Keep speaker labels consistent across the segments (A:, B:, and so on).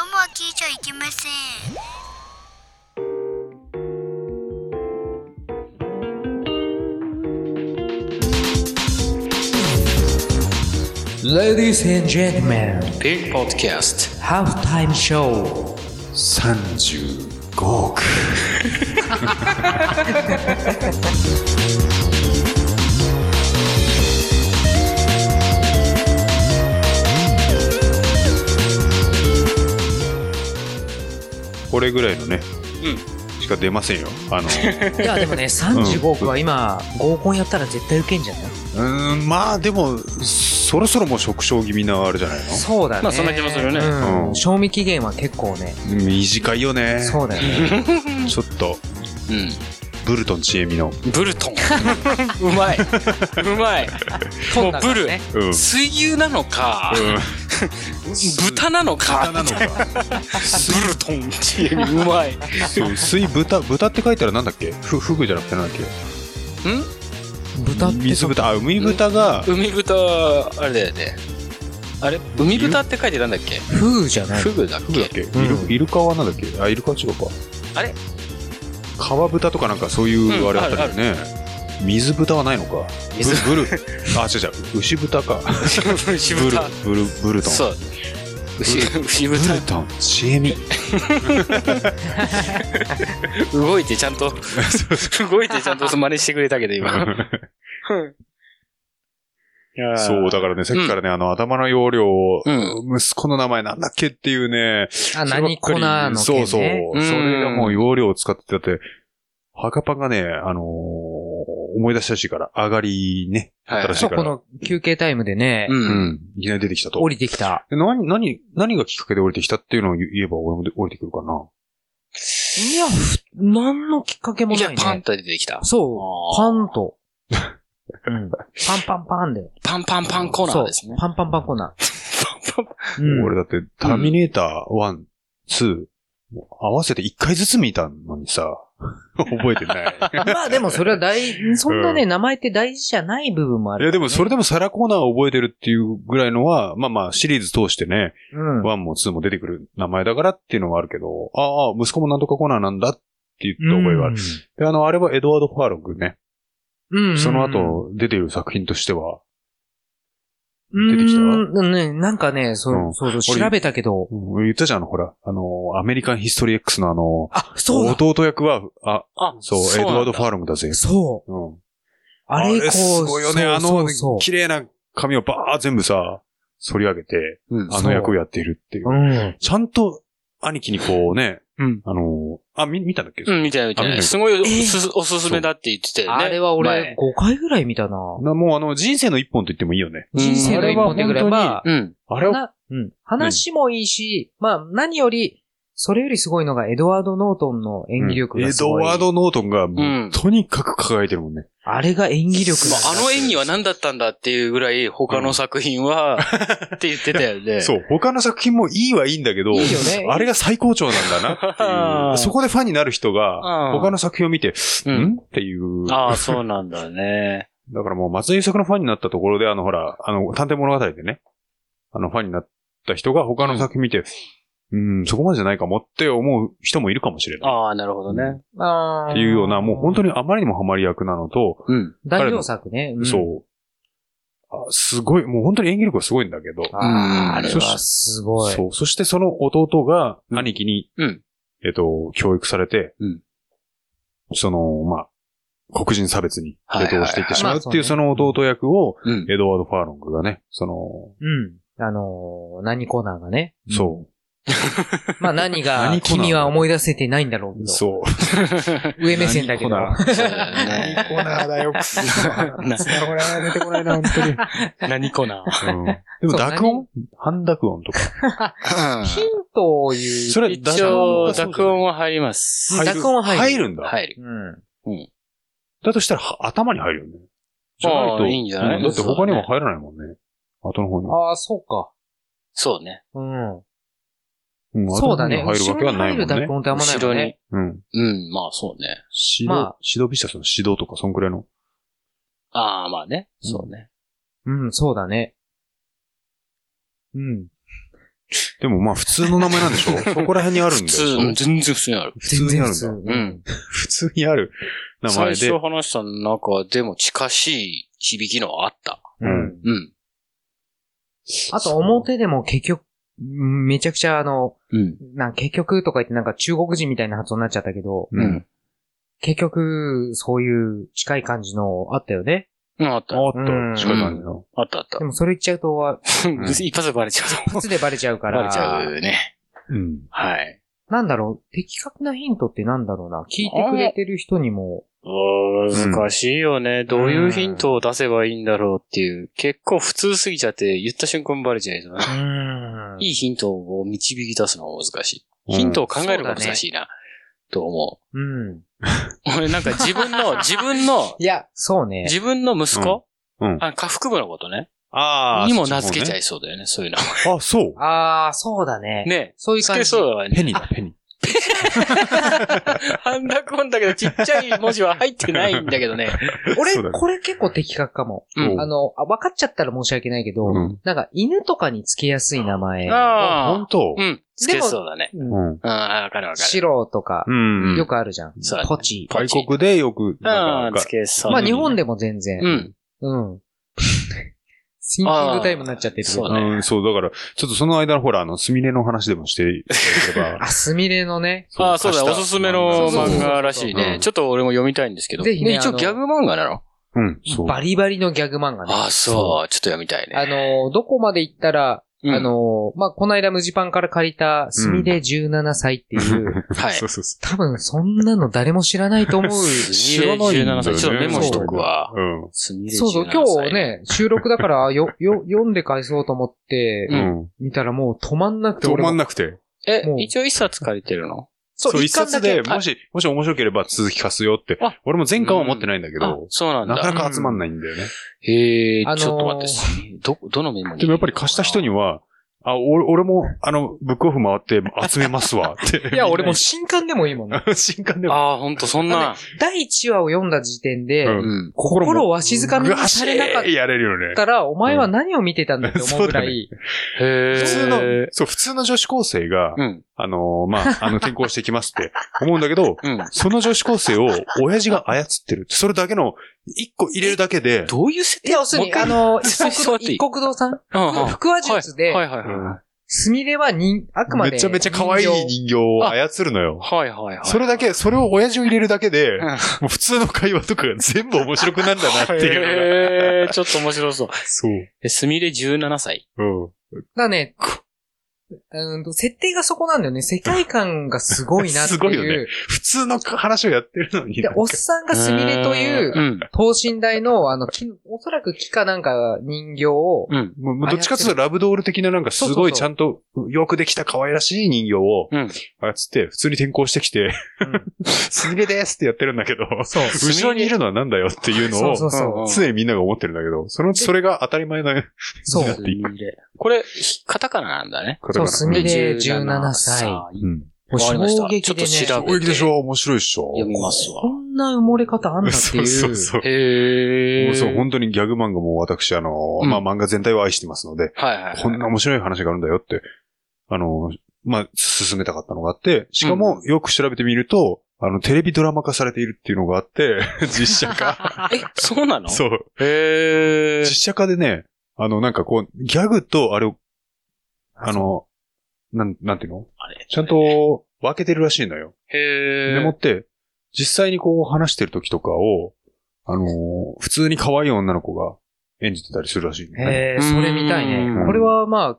A: ゃいけません
B: Ladies and gentlemen,
C: Pig Podcast
B: halftime show.
D: 35億これぐらいのね、しか出ませんよあの
B: いや、でもね、35億は今、合コンやったら絶対受けんじゃないう
D: ーんまあでもそろそろもう縮小気味なあれじゃない
B: そうだね。
C: まあそんな気もするよね
B: うん
D: うん
B: 賞味期限は結構ね、
D: の短いよね
B: そうだよね。
D: ちょっと
C: う
D: ブルトンちえみの、
C: んブルトンうまいうまいもうブル、
D: うんうん
C: 水牛なのか、豚なのか
D: なのか
C: ブルトンっていううまいん
D: そう水豚豚って書いたらなんだっけふフグじゃなくてなんだっけ
B: 豚って
D: 水豚あ海豚が
C: 海豚あれだよねあれ海豚って書いてなんだっけ
B: フグじゃない
C: フグだっ
D: フグだっ
C: け
D: け、
B: うん
D: イルイルカはなんだっけあイルカは違うか
C: あれ
D: 川豚とかなんかそういう
C: うん
D: あれあったよね、水豚はないのか
C: 水
D: ブルブルあ違う違う牛豚か
C: 牛
D: ブル
C: 豚
D: ブルブルトン
C: そう牛牛
D: ブ
C: 豚
D: ルトンちえみ
C: 動いてちゃんと動いてちゃんと真似してくれたけど今
D: そうだからねさっきからね、あの頭の容量を、
C: うん
D: 息子の名前なんだっけっていうね
B: あ、何粉の件ね。
D: そうそう。
C: うん
D: それがもう容量を使ってて、だって、ハカパンがね、あのー思い出したらしいから、上がりね。
C: はい
D: 新し
B: そ、
D: いうか
B: こ
D: ら。
B: の休憩タイムでね
C: う、
D: うんん。いきなり出てきたと。
B: 降りてきた。
D: で何、何、何がきっかけで降りてきたっていうのを言えば俺もで降りてくるかな。
B: いや、ふ何のきっかけも
C: いや
B: ない
C: パン
B: ね
C: っ。て出てきた
B: そう、パ
C: あー
B: ンと。うんパンパンパンで。
C: パンパンパンコーナーですね
B: そうパンパンパンコーナ
C: パンパ ン
B: ー。うん
D: 俺だって、ターミネーター1、2、合わせて1回ずつ見たのにさ、 覚えて ない。
B: まあでもそれは大、そんなね、名前って大事じゃない部分もあ
D: い
B: る。
D: やでもそれ
B: で、
D: でもサラコーナーを覚えてるっていうぐらいのは、まあまあシリーズ通してね、
B: うん。
D: 1も2も出てくる名前だからっていうのはあるけど、ああ、息子もなんとかコーナーなんだって言った覚えがある。で、あの、あれはエドワード・ファーロックね。
B: うん。
D: その後出ている作品としては、
B: 出
D: てきた
B: うん、ね、なんかね、そうう、
D: ん
B: そうそう、調べたけど。
D: うん言ったじゃん、あの、ほら、あの、アメリカン・ヒストリー X のあの、
B: あ、そうだ
D: 弟役は、あ、
C: あ
D: そう、エドワード・ファーロックだぜ。
B: そう。
D: うん。
B: あれ以降、
D: すごいよね、
B: そう
D: あの
B: そう、
D: 綺麗な髪をばー全部さ、反り上げて、
C: うん
D: あの役をやっているっていう
B: う。ん。
D: ちゃんと、兄貴にこうね、
C: うん
D: あの、あ、見、見たんだっけ
C: うん、みたいな、みた
D: あ見
C: い
D: て
C: な。
D: る
C: すごいお
B: え
C: すすおすすめだって言ってたよね。
B: あれは俺、
C: 前、
B: 5回ぐらい見たな。
D: なもうあの、人生の一本と言ってもいいよね。
C: うん
B: 人生の一本でぐらい
D: あれは
B: は、
C: うん。
D: あれは、
B: なうん。話もいいし、まあ、何より、それよりすごいのが、エドワード・ノートンの演技力
D: エ
B: がす
D: ド
B: ごい。
D: ワード・ノートンが、もう
C: うん
D: とにかく輝いてるもんね。
B: あれが演技力
C: ま
B: なんだ
C: あ、あの演技は何だったんだっていうぐらい、他の作品 は、って言ってたよね。
D: そう、他の作品もいいはいいんだけど、
B: いいよね
D: あれが最高潮なん だなってい
C: あー
D: う。そこでファンになる人が、
C: うん
D: 他の作品を見て、
C: うん
D: んっていう。
C: ああ、そうなんだね。
D: だからもう松井優作のファンになったところで、あのほら、あの、探偵物語でね、あのファンになった人が他の作品見て、うん、そこまでじゃないかもって思う人もいるかもしれない。
C: ああ、なるほどね。
B: あー
D: っていうような、もう本当にあまりにもハマり役なのと、
C: うん。
B: 代表作ね。ん
D: そうあ。すごい、もう本当に演技力がすごいんだけど、
B: あ
C: う
B: ー
C: ん
B: あれはすごい。
D: そう。そしてその弟が兄貴に、
C: うん
D: えっと、教育されて、
C: うん
D: その、まあ、黒人差別に
C: はいはいは
D: 移動
C: い
D: していってしまうっていう、
B: まあそ
D: そう
B: ね
D: の弟役を、
C: うん。
D: エドワード・ファーロングがね、その、
B: うん。あのー、何コーナーがね。。
D: そう
B: まあ何が
D: 何、 コーナー
B: 君は思い出せてないんだろうけど。
D: う。そう。
B: 上目線だけど。
D: 何コー
C: そうだよね
D: ナーナーだよ、くそ。
C: な
D: これは出てこないな、本当に。
C: 何コー ナ
D: で
B: そう
D: も、濁音半濁音とか。
B: ヒン
C: ー
B: トを言う。
D: それ濁
C: 一応、濁音は入ります。
B: は濁音入る
D: 入るんだ。
C: 入る。
B: うん。
D: だとしたら、は頭に入るよね。じゃない
C: あ
D: と。
C: あいいんじゃない
D: うんだって他にも入らないもんね。後の方に。
B: ああ、そうか。
C: そうね。
B: うん。
D: うん
B: そうだね。
D: 後の方に入るわけはないも
B: 後ろに入る
D: んね
B: 濁。音ってあんまない
C: 後
B: も
C: ろ
B: ん
C: に
B: ね。。
D: うん。
C: うん、まあそうね。
D: 指
B: まあ
D: 導、指導ビシャスの指導とか、そんくらいの。
C: ああ、まあね。そうね。
B: うん、そうだね。うん。
D: でもまあ普通の名前なんでしょ そこら辺にあるん
C: 普
D: で
C: 通、
D: しょ
C: うん全然普通にある。
D: 普通
B: 全
D: に
B: 然
D: あ
B: 普
D: るん
B: 通
D: だ。。
C: うん。
D: 普通にある名前
C: 最
D: で
C: 初。話した中でも近しい響きのはあった。
D: うん
C: うん。
B: あと表でも結局、めちゃくちゃあの、
C: うん。
B: なん結局とか言ってなんか中国人みたいな発音になっちゃったけど、
D: う
C: うんん。
B: 結局、そういう近い感じのあったよね。
C: うん、あった。
D: おっ
B: うん
D: と、近い感じの。
C: あったあった
B: で。もそれ言っちゃうと、
D: ん
C: 一発でバレちゃう。
B: 一発でバレちゃうか
C: バレちゃ
B: ら、
C: うね。
D: うん。
C: はい。
B: なんだろう、的確なヒントってなんだろうな。聞いてくれてる人にも、
C: 難しいよね。どういうヒントを出せばいいんだろうっていう。結構普通すぎちゃって言った瞬間バレちゃいそうな。
B: うん
C: いいヒントを導き出すのは難しい。ヒントを考えるのが難しいな。と思
B: うん。
C: う。俺なんか自分の、自分の、
B: いや、そうね。
C: 自分の息子
D: うんうん
C: あ、下腹部のことね。
D: ああ。
C: にも名付けちゃ
D: い。
C: いそうだよね、そういうの。
D: あ、そう。
B: あー、そうだね。
C: ね。
B: そういう
C: つ
B: 感
C: け
B: じ。
C: そうだ わね。
D: ペニだ、ペニ。
C: あんなこんだけどちっちゃい文字は入ってないんだけどね。
B: 俺、
D: そうだね
B: これ結構的確かも。
C: うん
B: あの、あ分かっちゃったら申し訳ないけど、
D: うん
B: なんか犬とかにつけやすい名前。
D: あ、
C: あ
D: 本当
C: あ。うん。つけそうだね。
B: う
D: うんん。
C: うん、わかるわかる。
B: 白とか
D: う、ん。
B: よくあるじゃん。
C: そうだね
B: ポチ。
C: ポチ
D: 外国でよく、
C: う
D: なん
C: ん、
D: か
C: つ、けそう。
B: まあ日本でも全然。
C: うん。
B: うん。 シンキングタイムになっちゃってるけ
C: あ
B: ど
C: ー。
D: うん、そう、だから、ちょっとその間のほら、あの、スミレの話でもしていただければ。
B: あ、すみれのね。
C: ああ、そうだ、おすすめ
B: そ
C: の
B: うそうそう
C: 漫画らしい
D: うん
C: ね。ちょっと俺も読みたいんですけど。
B: ぜひね
C: ね一応
B: あの
C: ギャグ漫画なの
D: うん、そう。
B: バリバリのギャグ漫画ね。
C: ああ、そう。ちょっと読みたい
B: あ
C: ね。
B: のー、どこまで行ったら、
C: うん
B: あのー、まあ、この間無地パンから借りた、すみれ17歳っていう、
C: はい
D: そうそうそ
B: 多分そんなの誰も知らない と思う。
C: す
D: 知
C: み
D: ら
C: れ
D: ないんだよね
C: 17歳。ちょっとメモしとくわ。
D: う。うん。
C: すみれ17歳。
B: そうそう、今日。ね、収録だから、よ、 よ、読んで返そうと思って、
D: うん。
B: 見たらもう止まんなくて、
D: 止まん
B: 俺も
D: なくて。
C: え
B: もう、
C: 一応一冊借りてるの
D: そう、一
B: 巻
D: 冊
B: だけ
D: で、もし、もし面白ければ続き貸すよって
C: あ。
D: 俺も前巻は持ってないんだけ
C: あ
D: ど、
C: そうなん
D: なか
C: だ。
D: なか集まんないんだよね。
C: へえ、ち
B: あの
C: ょっ
B: ー
C: と待ってす。ど、どのメモに
D: でもやっぱり貸した人には、あ、俺俺も、あの、ブックオフ回って集めま すわって。
B: いや、俺もう新刊でもいいもん ね。
D: う、 新刊でも。
C: ああ、ほんと、そんな。
B: 第1話を読んだ時点で、
D: うん
C: うん。
D: 心も
B: 心をわしづかみに
D: ガシ
B: されなかっ
D: ーやれるよね。
B: たら、お前は何を見てたんだって思うぐら い、
C: へえ。
D: 普通の、そう、普通の女子高生が、
C: うん。
D: あのーまあ、あの、転校してきますって 思うんだけど、
C: うん。
D: その女子高生を親父が操ってるって、それだけの、一個入れるだけで、
C: どういう設
B: いや、要するに、あ、の、一
C: そうそう
B: 国一国堂さん
C: うんうん
B: の腹話術で、
C: はいはいはい
D: うん
C: は
B: すみれは人、あくまで。
D: めちゃめちゃ可愛い
B: 人
D: 人形を操るのよ。
C: い。はいはいはい。
D: それだけ、それを親父を入れるだけで、
C: うん、
D: もう普通の会話とかが全部面白くなるんだなっていうのが。
C: へえ、ちょっと面白そう。
D: そう。
C: え、すみれ17歳。
D: うん。
B: 形だね。うんと、設定がそこなんだよね。世界観がすごいなっていう。
D: すごいよね普通の話をやってるのに。
B: で、おっさんがすみれというう、
C: ん。
B: 等身大の、あの、木おそらく木かなんか人形を、
C: うん。
D: もうもうどっちかというとラブドール的ななんかす
B: そうそ
D: ご
B: う
D: い
B: そう
D: ちゃんとよくできた可愛らしい人形を
C: うん。
D: 操って普通に転校してきて、
B: うん
D: すみれですってやってるんだけど、
B: そう。
D: 後ろにいるのはなんだよっていうの
B: そ
D: を
B: うそうそう。
C: ん
D: 常にみんなが思ってるんだけど、そのうちそれが当たり前の
B: そう
D: になっ
C: す
D: てい
C: み
D: く。
C: れ。これ、ひカタカナなんだね。
D: これ
B: そ
D: か
B: う、
D: ら
B: すみれ17
C: 17
B: 歳。も
D: うん。
B: う
C: わかりました
B: 衝撃でね。
C: ちょっと調べ
D: 衝撃でしょ面白いっしょ
C: 読みますわ
B: こ。んな埋もれ方あんだって
D: そ
B: いうう。
D: そうそう。
C: へ
D: も
C: え。
D: うそう、本当にギャグ漫画も私、あの、
C: うん
D: まあ、漫画全体を愛してますので、
C: はいはい。
D: こんな面白い話があるんだよって、あの、まあ、進めたかったのがあって、しかも、よく調べてみると、あの、テレビドラマ化されているっていうのがあって、実写化。
C: え、そうなの
D: そう。
C: へえ。
D: 実写化でね、あの、なんかこう、ギャグと、あれを、あの、なん、なんていうの
C: あれ
D: ちゃん。と分けてるらしいのよ。
C: へえ。
D: でもって、実際にこう話してる時とかを、あのー普通に可愛い女の子が演じてたりするらしい、ね。。
B: へえ、それ見たいね
C: うん
B: これはまあ、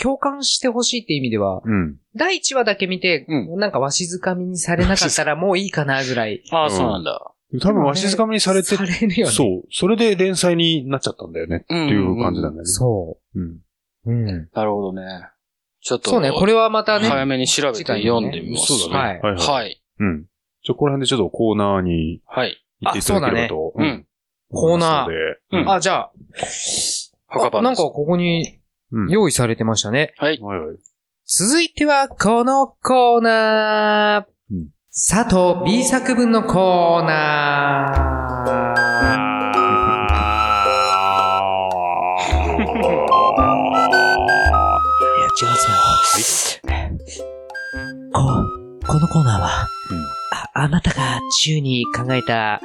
B: 共感してほしいって意味では、
D: うん。
B: 第1話だけ見て、
C: う
B: なんかわしづかみにされなかっ たらもういいかなぐらい。
C: ああ、そうなんだ。
D: 多分わしづかみにされて、
B: されるよね。。
D: そうう。それで連載になっちゃったんだよね。
C: うん
D: っていう感じなんだよね。
B: そ
D: うん。
B: う。うん。
C: なるほどね。ちょっと。
B: そうね、これはまたね、
C: 早めに調べて読んでみます。
D: そうだね。
B: はい
D: はい。はい。
C: はい。
D: うん。じゃあ、この辺でちょっとコーナーに
C: はい。
D: 行っていただければ
B: あ
D: と。
C: だね
B: うんコーナー
D: ー
B: あ、じゃあ、
C: 墓
B: あ
C: 番
B: なん
C: で
B: か
C: す。
B: ここに
D: うん。
B: 用意されてましたね。
C: はい。
D: はいはい。
B: 続いてはこのコーナー。
D: うん
B: 佐藤 B 作文のコーナー。
D: あ
B: いや、違う違う。こう、このコーナーは、あ、あなたが自由に考えた、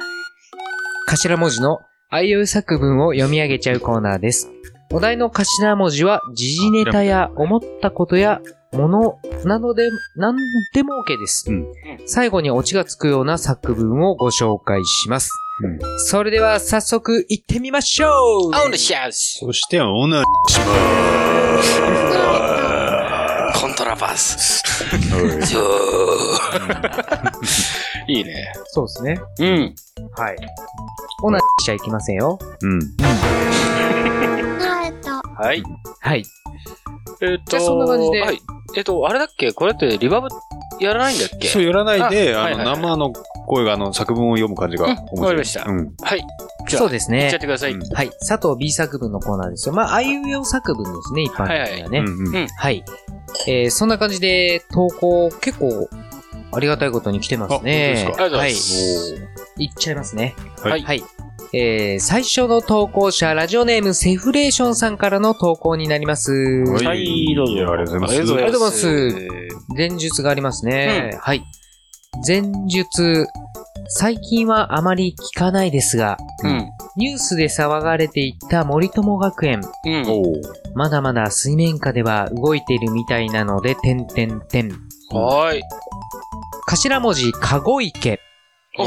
B: 頭文字のあいうえお作文を読み上げちゃうコーナーです。お題の頭文字は、時事ネタや思ったことや、ものなどで、なんでも OK です。
D: うん
B: 最後にオチがつくような作文をご紹介します。
D: うん
B: それでは早速行ってみましょう
C: 青のシャウス
D: そして、オナ
C: コントラバス。 いいね。
B: そうですね。
C: うん。
B: はい。オナしちゃいけませんよ。
D: うん。
C: はい。
B: はい。
C: えっ
B: じゃ
C: と、
B: あそんな感じで
C: はい。えっと、あれだっけこれってリバーブやらないんだっけ
D: そう、やらないで、
C: あはい
D: あの、
C: はいはい
D: 生の声が、あの、作文を読む感じが面
C: うん
D: 白い。
C: わかりました
D: うん。
C: はい。じゃあ
B: そうです
C: 言っちゃっ
B: ね。
C: てください。
D: うん
B: はい。佐藤 B 作文のコーナーですよ。まあ、あいうえお作文ですね、一般的にはね。はい、
D: うんうん
B: えー、そんな感じで、投稿結構、ありがたいことに来てますね。
D: あ
C: 本当ですかありがとうございま
B: はい。いっちゃいますね。
D: はい
B: はい。えー、最初の投稿者、ラジオネームセフレーションさんからの投稿になります。
D: はい
C: はい、どうぞ。
D: いやありがとうございます
C: ありがとうござい
B: あり
C: ます。
B: 前述がありますね。はい。前述、最近はあまり聞かないですが、
C: うん。
B: ニュースで騒がれていた森友学園、
C: うん。
D: おー
B: まだまだ水面下では動いているみたいなので、点点点。
C: はーい。
B: 頭文字、かご池。
C: おー。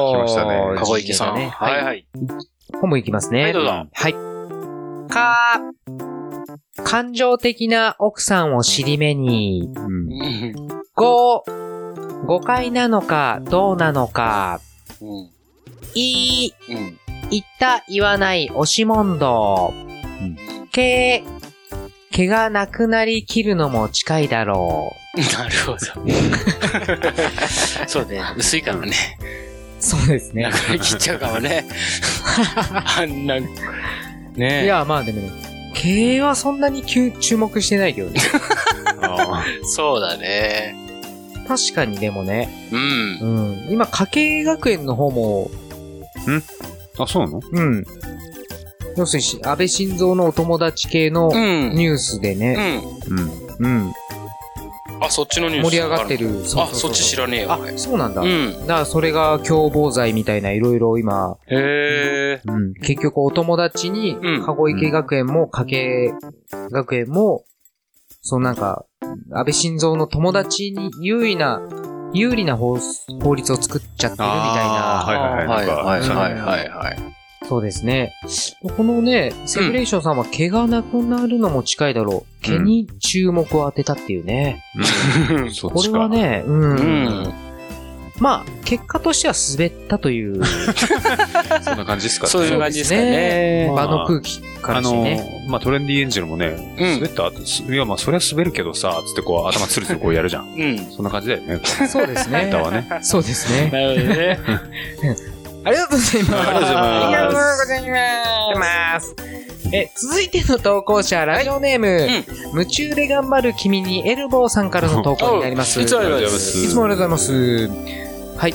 D: ー来ましたね
B: おー
C: かごいけさん。
B: ね
C: は
B: はいい。
C: はい。
B: 本文いきます
C: は
B: ね
C: い、。どうぞ。
B: はい。か感情的な奥さんを尻目に、
D: うん
C: うん。
B: ご、誤解なのかどうなのか、
C: うん。
B: いい、
C: うん。
B: 言った言わない押し問答。毛、毛がなくなりきるのも近いだろ
C: なるほど。そうね。薄いからね。
B: う。そうです
C: な。くなりきっちゃうかもね。あんな、
B: い
C: ね
B: や、まあでもね、毛はそんなに急注目してないけ どね。
D: あー
C: そうだね。
B: 確かにでもね、
C: うん。
B: うん。今、家計学園の方も、
D: あ、そうなの
B: うん。要するに、安倍晋三のお友達系の
C: うん。
B: ニュースで
C: う
B: ね、
C: ん。
D: うん。
B: うん。
C: あ、そっちのニュース。
B: 盛り上がってる。う
C: あ
B: ううう
C: そっち知らねえよ
B: あ、そうなんだ。
C: う
B: だか
C: ん。
B: ら、それが共謀罪みたいな、いろいろ今、
C: へえ。
B: うん、結局お友達に、
C: うん
B: 籠池学園も、加計学園も、そのなんか、安倍晋三の友達に優位な、有利な法法律を作っちゃってるみたい
D: あー
B: な。
D: はいはいはい。なんか
B: はいはいそうですね。このね、セフレーションさんは毛がなくなるのも近いだろう。毛に注目を当てたっていうね。
D: うんそっ
B: こ
D: ち
B: れ
D: か
B: は。ね、うん。
C: うん。
B: まあ、結果としては滑ったという
D: そんな感じですかね
C: そういう感じですかね。
D: まあ
B: 場の空気か
D: あ
B: らして
D: の
B: ね。、
D: まあ、トレンディエンジェルもね、
C: うん
D: 滑ったって、すいや、まあ、そりゃ滑るけどさ、つってこう、頭つるつるこうやるじゃん。
C: うん。
D: そんな感じだよね。
B: そうですね
D: ネタ。はね。
B: そうですね。
C: なるほどね。
B: ありがとうございます。
D: ありがとうございます
B: ありがとうございます。え、続いての投稿者、ラジオネーム、夢中で頑張る君にエルボーさんからの投稿になります。
C: いつもありがとうございま
D: い
C: す。
D: す
B: いつもありがとうございます。はい。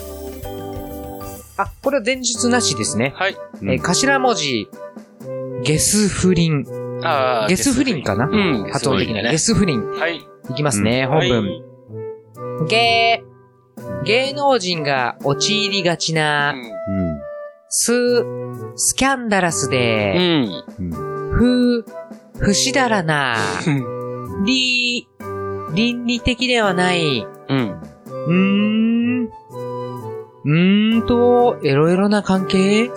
B: あ、これは前日なしですね。
C: はい。
D: うん
B: えー頭文字、ゲス不倫。
C: あー
B: ゲス不倫かな
C: うん。
B: 発音的には。ゲス不倫。
C: はい。
B: いきますね、本文。ゲー。芸能人が陥りがちな、す、スキャンダラス
C: う
B: で、
C: ん。
B: ふ、不死だらな、
C: うん。
B: り、倫理的ではない、
C: うん。
B: うーん、うーんと、エロエロな関係う
C: う
B: ー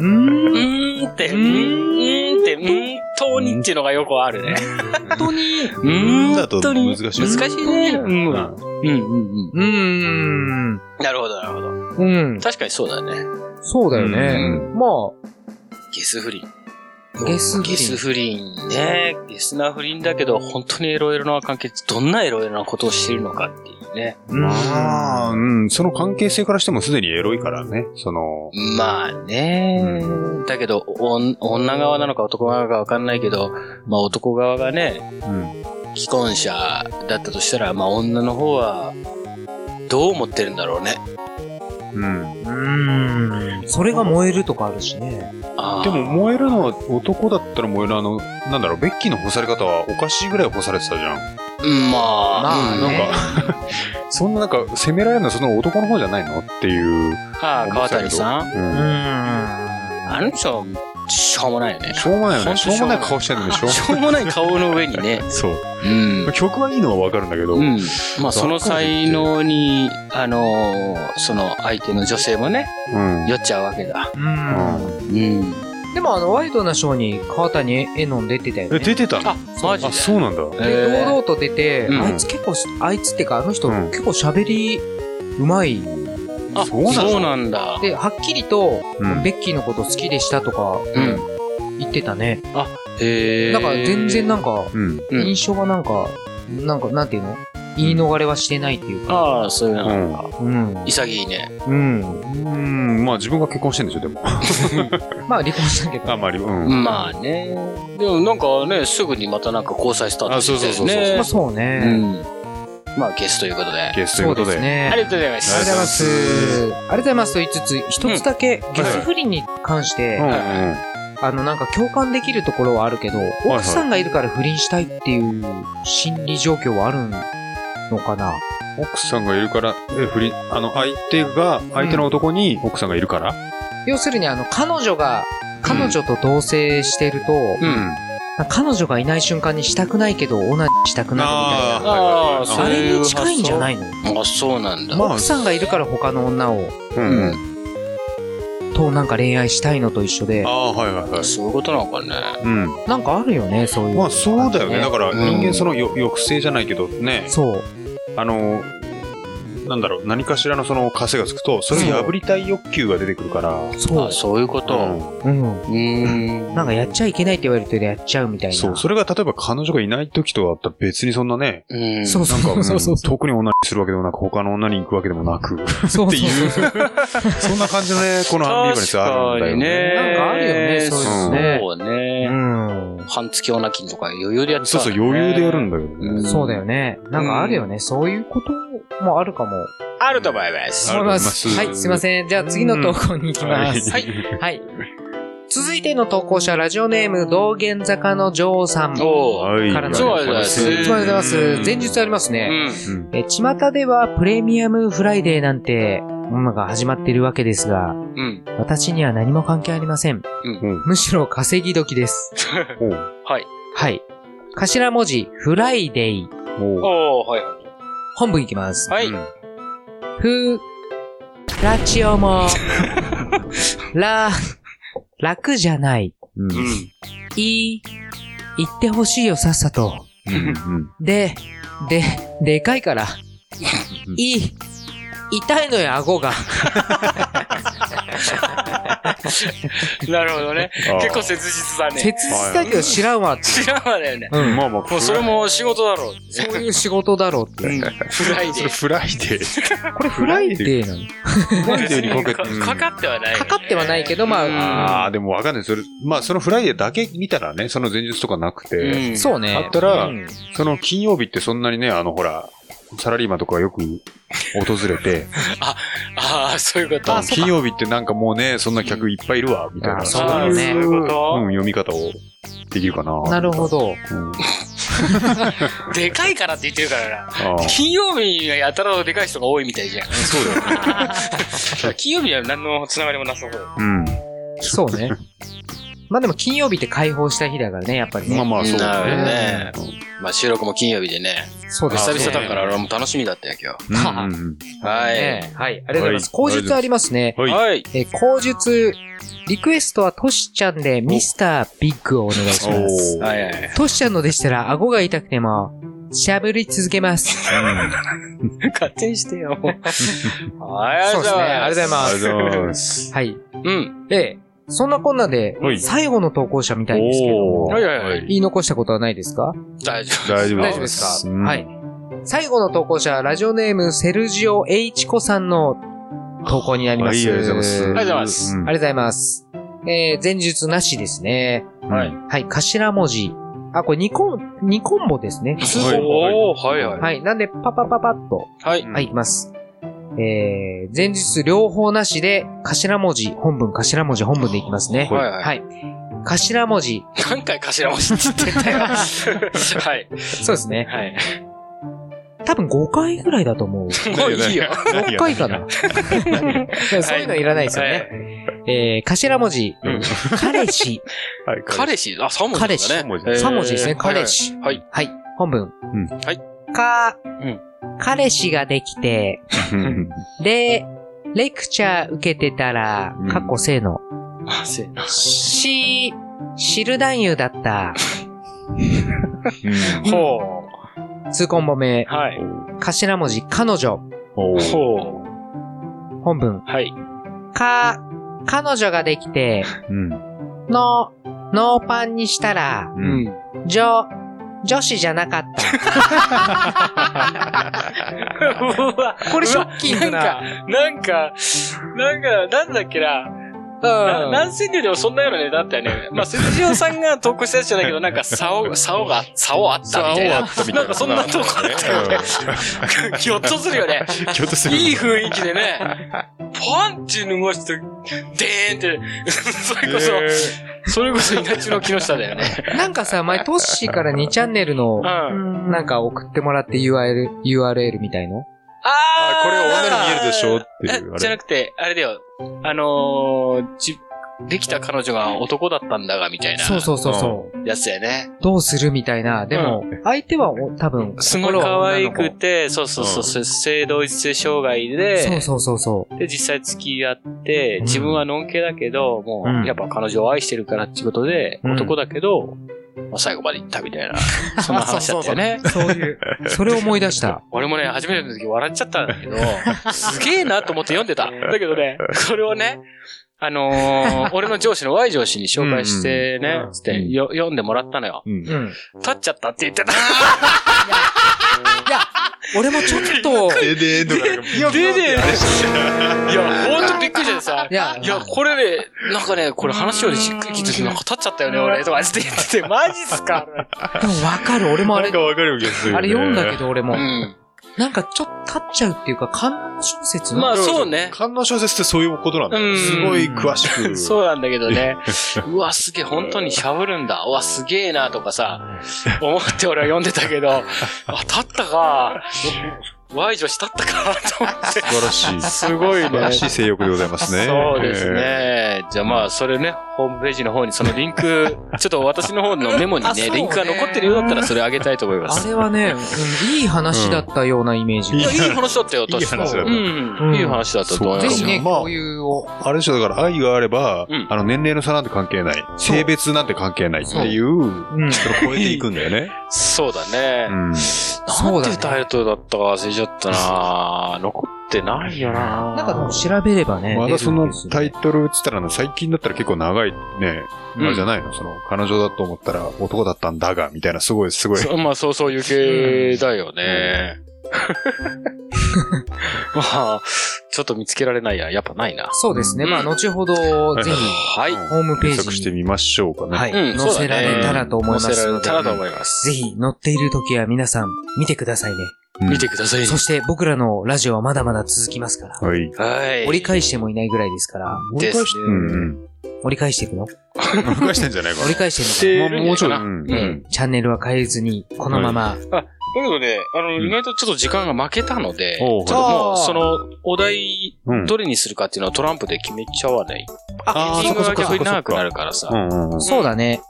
B: ん、
C: ーんって、う
B: う
C: ーん
B: ーん
C: って、うーんとにっていうのがよくあるね。
B: 本当に、う
C: うーんとに。
D: だと難しい
C: 難しいね。うん。うん
D: ん
C: うんう
B: ー
C: ん。
B: ん、
C: なるほど、なるほど。
B: うん、
C: 確かにそうだね。
B: そうだよね。ま
C: ゲス不倫。
B: あ、ゲス
C: ゲス不倫ね。ゲスな不倫だけど、本当にエロエロな関係ってどんなエロエロなことをしてるのかっていうね。
B: 不倫。
D: まあ、
B: う
D: うんん、その関係性からしてもすでにエロいからね。その、
C: まあね。だけど、おん女側なのか男側かわかんないけど、まあ男側がね、
D: うん。
C: 既婚者だったとしたら、まあ女の方は、どう思ってるんだろうね。
D: ううん。
B: うーん。それが燃えるとかあるしね。
C: あー
D: でも、燃えるのは、男だったら燃えるあの、なんだろう、ベッキーの干され方はおかしいぐらい干されてたじゃん。
C: うんまあ、
B: まあ
C: う
B: ね
D: なんか、そんななんか、責められるのはその男の方じゃないのっていう。
C: ああ、川谷さん
D: う。
B: うんー
C: あ
B: ん。
C: の人は、しょうもないよね。
D: しょうもないよ
C: ほん
D: ね。
C: と
D: しょうもない顔してるのでしょう
C: しょうもない顔の上にね。
D: そう。
C: うん
D: まあ。曲はいいのはわかるんだけど、
C: うん。まあ、その才能に、あのーその相手の女性もね、
D: うん
C: 酔っちゃうわけだ。
B: うん。
C: うん。
B: でもあの、ワイドなショーに川谷絵音出てたよ
D: え、
B: ね。
D: 出てたの
C: あ、マジ
D: あ、
C: で。
D: そうなんだ。
B: で
C: え
B: 堂
C: ー
B: 々と出て、
C: うん
B: あいつ結構、あいつってかあの人、
D: うん
B: 結構喋り、うまい。
C: あ、
D: そうなんだ
C: そうなんだ。
B: で、はっきりと、
D: うん
B: ベッキーのこと好きでしたとか
C: うん。
B: 言ってたね。
C: へえ。
B: なんか全然なん
C: か。
B: か、
D: うん。
C: うん
B: 印象がなんか、なんか、なんていうの言い逃れはしてないっていうか。
C: ああ、そういう
D: う
C: の。
D: ん。
B: うん。
C: 潔いね。
B: うん。
D: うん。まあ自分が結婚してんでしょ、でも。
B: まあ離婚したけど。
D: あ、まり、うん。
C: まあね。でもなんかね、すぐにまたなんか交際したって言ってたよね
B: まあそうね。
C: うん。まあゲスということで。
D: ゲストとい
B: そうう
D: こ
B: で
D: と
B: す
D: で。
B: ね。
C: ありがとうございま
B: ありがとうござい
C: す。
B: ます。ありがとうございますと言いつつ、一つだけ、ゲス不倫に関して、
D: うんうん
B: あの、なんか共感できるところはあるけど、
D: はい
B: 奥さんがいるから不倫したいっていう心理状況はあるのかな
D: うん。奥さんがいるから、え、不倫、あの、相手が、相手の男に奥さんがいるから。
B: 要するに、あの、彼女が、彼女と同棲してると、
C: うん
B: 彼女がいない瞬間にしたくないけど、オナニーしたくなるみ
D: あ
C: ああ、
D: ー
B: たいな。あ
C: そう
B: れ
C: いう
B: に
C: 発想
B: 近いんじゃないの
C: あ、そうなんだ。
D: まあ
B: 奥さんがいるから他の女を、
D: う
C: うん
D: うん。
C: ん。
B: となんか恋愛したいのと一緒で
D: あ、あ、はいはいはい。
C: そういうことなのかね。
D: うん。
B: なんかあるよね、そういう。
D: まあそうだよね。だから
C: うん
D: 人間そのよ抑制じゃないけどね、
B: そう。
D: あの、なんだろう、何かしらのその枷がつくと、それを破りたい欲求が出てくるから。
B: そう
C: あ、。そういう
D: う
C: こ
D: ん
C: と。
B: うん。
C: うーん。
B: なんかやっちゃいけないって言われてるやっちゃうみたいな。
D: そう、それが例えば彼女がいない時とあったら別にそんなね、
C: うん。
B: そう
D: なん
B: そ
D: か、う
B: う そうそうん
D: 特に女にするわけでもなく、他の女に行くわけでもなく、
B: そう
D: っていう
B: そうそう
D: そんな感じのね、このアンビバレンスあるんだよね。
B: なんかあるよねそういうのね
C: そう
B: う
C: ね。
B: ん。
C: 半月オナキンとか余裕でやってた
D: そ
C: ん
D: う
C: だ
D: そう、
C: ね。
D: 余裕でやるんだよ
C: う
D: ね。
C: ん
B: そうだよね。なんかあるよね。そういうこともあるかも。
C: あると思います。
D: あると思います
B: はい、すいません。じゃあ次の投稿に行きます。。
D: はい
B: はい。続いての投稿者、ラジオネーム、道玄坂の女王さん。
C: おー
D: はい。
B: からの
C: そうなんです
B: いつもありがとうございます。前日ありますね。
C: うん。
D: うん
B: え、巷ではプレミアムフライデーなんてものが始まっているわけですが、
C: うん。
B: 私には何も関係ありません。
D: うん。
B: むしろ稼ぎ時です。
D: おう
C: はい。
B: はい。頭文字、フライデイ。
D: おう
C: おー、はい。
B: 本文いきます。
C: はい。
D: うん
B: ふ、ラチオも、ら、楽じゃない。
D: うん
C: うん。
B: いい、言ってほしいよさっさと。
D: うん
B: で、で、でかいから。
D: うん
B: いい、痛いのよ、顎が。
C: なるほどね。
D: あー
C: 結構切実だね。
B: 切実だけど知らんわ。
C: 知らんわだよね。
B: う
D: うん
B: ん。
D: まあまあ、
C: もうそれも仕事だろう。
B: そういう仕事だろうって。
C: フライ
D: そ
C: デ
D: れ
C: ー。
D: フライデー。
B: これフライデーなの
D: フライデーにかけ
C: か
D: て。
C: かかってはないよね。
B: かかってはないけどまあ
D: あ
C: あ
D: あ、でもわかんない。それ、まあそのフライデーだけ見たらね、その前日とかなくて、
C: ん
B: そうね。
D: あったら
B: うん
D: その金曜日ってそんなにね、あのほら、サラリーマンとかがよく訪 れて、
C: ああ、そういうこと。
D: あ金曜日ってなんかもうね、そんな客いっぱいいるわ、みたい
B: あ
D: な。
B: そうだろうね
D: い
C: そういう
D: う
C: こ
D: ん、
C: と
D: 読み方をできるかな。
B: なるほ
D: ど。
B: ど。
C: でかいからって言ってるからな。
D: ああ
C: 金曜日がやたらでかい人が多いみたいじゃん。
D: そうだよね。
C: 金曜日は何のつながりもなさそう。
D: うん。
B: そうね。まあでも金曜日って解放した日だからね、やっぱりね。
D: まあまあ、そうだよ
C: な
D: ね
C: る。まあ収録も金曜日でね。
B: そうですね。
C: 久々だから俺も楽しみだったよ、今
D: うんうんうん
C: 日。はい。
B: ねはい。ありがとうございます。口述ありますね。
D: はい。
C: はい。
B: えー、口述、リクエストはトシちゃんでミスタービッグをお願いします。
D: お
C: はいはいはい。
B: トシちゃんのでしたら顎が痛くても、しゃぶり続け ます。
C: 勝手にしてよ。はい、
B: そうですねありがとうございます
D: ありがとうございます。
B: はい。
C: うん。
B: で、そんなこんなで
D: は、い
B: 最後の投稿者みたいですけど
D: おー
B: も
C: はい、はいはい。
B: 言い残したことはないですか
C: 大丈夫。
D: 大丈夫
B: 大丈夫ですか
D: うん
B: はい。最後の投稿者、ラジオネーム、セルジオ・エイチコさんの投稿になります。
D: はいありがとうございます。
B: あり
C: がとうご
B: が
C: ざいま
D: うん
C: す
B: とうございます。えー、前述なしですね。
C: はい
B: はい、頭文字。あ、これ2コン、2コンボですね。
D: はい
C: おー、はいはい。
B: はい、なんで、パパパパッと。
C: はい。
B: はい、いきます。えー、前日両方なしで、頭文字、本文、頭文字、本文でいきますね。
C: はいはい
B: はい。頭文字、
C: 何回頭文字って言 ってんだよ。はい。
B: そうですね。
C: はい。
B: 多分5回ぐらいだと思う。
C: もういいよ。
B: 6回かな。 そういうのいらないですよね。えー、頭文字、
D: うん
B: 彼氏、
D: はい。
C: 彼氏あ、3文字なんだね。
B: 彼氏
D: 三文字
C: えー
B: 3文字ですね、
C: はいはい
B: 彼氏。
C: はい。。
B: はい、本文。
D: うん
B: はいか、
C: ん
B: 彼氏ができて、
D: うん
B: で、レクチャー受けてたら
D: うん、
B: 過去性の、
C: あ、せーの。
B: し、知る男優だった、
D: うん
C: ほ
B: 通コンボ名
C: う。、はい。
B: 頭文字、彼女、
D: おー
C: ほ
B: 本文。
C: う。はい。
B: か、彼女ができて、
D: うん
B: の、ノーパンにしたら、
D: う。。
C: うん
B: 女、女子じゃなかった。
C: うわ
B: これショッキングな。
C: なんか、なんか、なんだっけな。な
B: うん。
C: 何千両でもそんなようなネタあったよね。まあ、鈴木さんが投稿したやつじゃないけど、なんか、竿、竿が、竿あったみたいな。なんかそんなとこあったよね。 ぎょっとする よね。
D: ひょっとする。
C: いい雰囲気 でね、パンチ脱がして、でーんって、 それこそ、それこそ稲中の木下だよね。
B: なんかさ、前トッシーから2チャンネルの、
C: うん。
B: なんか送ってもらって URL、URL みたいの
C: あー
D: あこれ女に見えるでしょっていう
C: え
D: あれ
C: じゃなくて、あれだよ。あのー、じ、できた彼女が男だったんだが、みたいな。
B: そうそうそうそう。
C: やつやね。
B: どうするみたいな。でも、相手はお多分、
C: すごい
B: 心は
C: 可
B: 女
C: 愛
B: の子
C: くて、そうそうそう、性同一性障害で、
B: そうそうそうそう。
C: で、実際付き合って
B: う、ん
C: 自分はのんけだけど、も
B: うん
C: う、やっぱ彼女を愛してるからってことで、
B: うん
C: 男だけど、まあ最後まで行ったみたいな、そんな話だったよね。
B: そういう、それを思い出した。
C: 俺もね、初めての時笑っちゃったんだけ ど、すげえなと思って読んでた。だけどね、それをね、あの ー、俺の上司の Y 上司に紹介して
B: うん
C: ね
B: う、ん
C: つってよ読んでもらったのよ。
D: うん
B: うん。
C: 立っちゃったって言ってた。
B: いや、俺もちょっ と、
D: ででーとかなんか。
C: でで、いや、ほんとびっくりしてさ
B: い、や、
C: いや、これね、なんかね、これ話よりじっくり聞いてて、なんか立っちゃったよね、俺、とかって言ってて、マジっすか
B: でもわかる。俺もあ
D: な
B: れ
D: ん、かわかる気がするよね。
B: あれ読んだけど俺
C: う
B: も、
C: ん。
B: なんかちょっと立っちゃうっていうか、観音小説
C: まあ、
B: の
C: そうね。
D: 観音小説ってそういうことなんだ
C: う
D: よ。
C: ん
D: すごい詳しく。
C: そうなんだけど ね。うわ、すげえ、本当に喋るんだ。うわ、すげえな、と かさ、思って俺は読んでたけど、あ、立ったか。Y 女子立ったか、と思っ
D: 素
C: て。
D: 晴らしい。素
C: すごいね
D: 晴。らしい性欲でございますね。
C: そうですね。じゃあまあ、それね、ホームページの方にそのリン ク、ちょっと私の方のメモに
B: あそう
C: ね、
B: ね
C: リンクが残ってるようだったらそれあげたいと思いま
B: あ
C: す。
B: れはね、うんいい話だったようなイメージ
C: い
B: が
C: や、いい話だった
D: い
C: よ、
D: い
C: 確かに
D: 話だっ
C: う
D: た。
C: ん。いい話だったと思い
B: ぜ
C: ま
B: ひ
C: す。
B: ね、
D: まあ
B: こういうを。
D: あれでしょ、だから愛があれば
C: うん、
D: あの、年齢の差なんて関係ない。
B: そう
D: 性別なんて関係ないっていう、
B: うん。
D: それを超えていくんだよね。
C: そうだね
D: う。ん。
C: なんてタイトルだったか忘れちゃったな残ってないよな
B: なんかでも調べればね。
D: まだそ
B: 出る
D: の
B: んですよ
D: タイトル打つったらな、最近だったら結構長いね、あれじゃないのその、彼女だと思ったら男だったんだが、みたいな、すごい、すごい。
C: そうまあ、そうそういう系だよね。 まあ、ちょっと見つけられないや。やっぱないな。
B: そうですね。
C: うん
B: まあ、後ほど、ぜひ、
C: はい。
D: うん
B: ホームペ
D: 検
B: ー
D: 索し
B: ジ
D: て
B: に、
D: みましょうかね。
B: はい、
C: うん
B: 載せられた
C: そうだ
B: ら
C: ね
B: と思いま
C: 載せ
B: す
C: ら
B: の
C: れ
B: で
C: た、らと思います。
B: ぜひ、乗っている時は皆さん、見てくださいね。
D: うん
C: 見てくださいね
B: そ。して、僕らのラジオはまだまだ続きますから。
D: はい。
C: はい。
B: 折り返してもいないぐらいですから、
C: です
D: 折り返しうんうん。
B: 折り返していくの
D: 折り返してんじゃないか
B: 折り返して
C: て
B: い
C: る
B: く
C: ん
B: の
C: じゃ
B: もう
C: な
B: もう
C: い
B: ちょい、
C: かな。
D: う
C: うん
D: ん。
C: だ
B: チャンネルは変えずに、このまま、
C: けどね、あの、
D: うん
C: 意外とちょっと時間が負けたので、
D: おう
C: ちょっともう、その、お題、
D: うん
C: どれにするかっていうのはトランプで決めちゃわない。
D: あー
C: エンディング
D: そ
C: が
D: っかそっかそっか
C: 逆に長くなるからさ
D: う。んうんうん。
B: そうだね。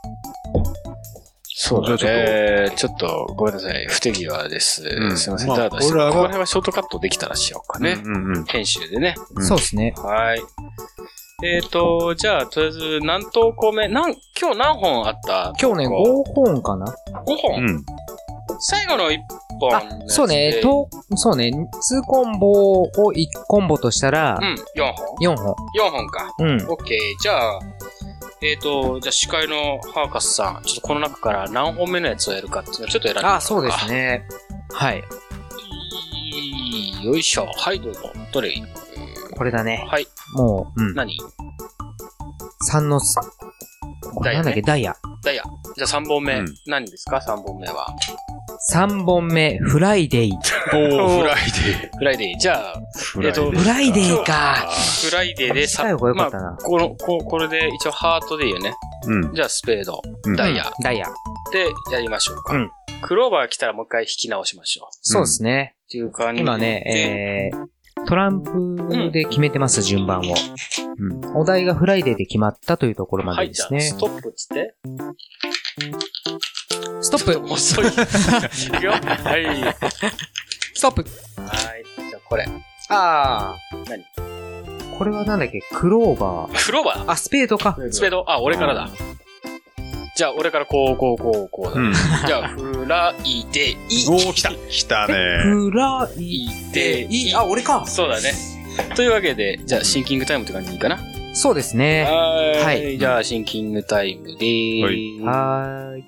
C: そうだ
D: じゃあ
C: ね。ちょっと、ごめんなさい。不手際です。
D: うん
C: すいません。
D: まあ
C: ダラダラして
D: 俺らが
C: ここら辺はショートカットできたらしようかね。
D: うんうん。
C: 編集でね。
D: うん
B: そうですね。
C: はい。えっ、ー、と、じゃあ、とりあえず、何投稿目なん、今日何本あった
B: 今日ね、
C: こ
B: 5本かな
C: う5本、
D: うん。
C: 最後の1本のやつで。
B: そうね、と、そうね、2コンボを1コンボとしたら
C: う、ん、4本
B: 4本。
C: ?4 本か。
B: うん。
C: オッケー。じゃあ、えっ、ー、と、じゃあ、司会のハーカスさん、ちょっとこの中から何本目のやつをやるかっていうのをちょっと選んでみようか。
B: あ、そうですね。はい。
C: よいしょ。はい、どうぞ。どれ
B: これだね。
C: はい。
B: もう、うん。
C: 何
B: 3のす、これなんだっけ、ダイヤ。
C: ダイヤ。じゃあ3本目。
D: うん
C: 何ですか ?3 本目は。
B: 3本目、フライデイ。
D: おー、フライデ
C: フライデー。じゃあ、
D: ー。
C: えっと
B: フライデ
D: ー
B: ーか。
C: フライデーで
B: 近い方が良かったな
C: あ、この、ここれで一応ハートでいいよね。
D: か。うん。
C: じゃあ、スペード
D: うん、
C: ダイヤ
B: うんダイヤ。
C: でやりましょうか。
B: うん
C: クローバー来たらもう一回引き直しましょう。っ
B: そうですね。
C: ていう感じで。
B: 今ね、えー、トランプで決めてます、順番を。
D: う
B: お題がフライデーで決まったというところま
C: は
B: で
C: い、
B: で
C: じゃ
B: す
C: あ、
B: ね。
C: ストップっつって。
B: ストップ
C: 遅い。いくよ。はい。は
B: ストップ
C: い。じゃあ、これ。
B: ああ。これはなんだっけクローバー。
C: クローバー
B: あ、スペードか。
C: スペード、あ、俺からだ。じゃあ、俺からこう、こう、こう、こうだ。
D: ん。
C: じゃあ、フライデイ。
D: おー、来た。来たね。
B: フライ
C: イ
B: デ
C: デ
B: イ。
C: イ。
B: あ、俺か。
C: そうだね。というわけで、じゃあ、シンキングタイムって感じでいいかな。
B: そうですね。
C: は
B: は
C: はいい。じゃあ、シンキングタイムでーす。
B: はーい。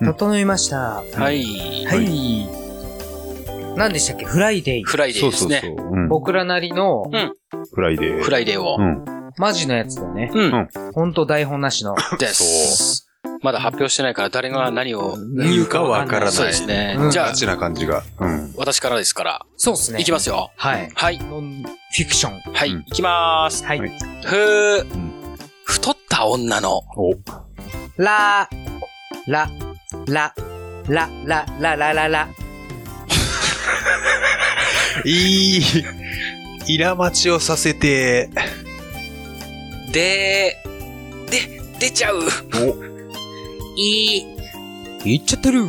D: うん
B: 整いました。
C: はい。
B: はい。何でしたっけフライデイ。
C: フライデー
D: そう
C: です
D: そう
C: ね。
D: そう。うん
B: 僕らなりの、
D: フライデー。
C: フライデーを
D: う。ん。
B: マジのやつだよね。
C: うんん。
B: ほんと台本なしの。
C: です。まだ発表してないから、誰が何を
D: 言うかわからない。
C: そうですね
B: うん。
C: じゃ
D: ガ
C: あ、
D: チな感じが。うん。
C: 私からですから。
B: そうっすね。
C: いきますよ。
B: はい。
C: はい。
B: ノンフィクション。
C: はい。
D: うん
C: いきまーす。
B: はい。
D: はい
C: ふー
D: ん。
C: 太った女の
D: お。
B: ララ、ラ、ラ、ラ、ラ、ラ、ラ、ラ。
D: いい。イラ待ちをさせて。
C: で、で、出ち ゃう。
B: いい。言っちゃってる。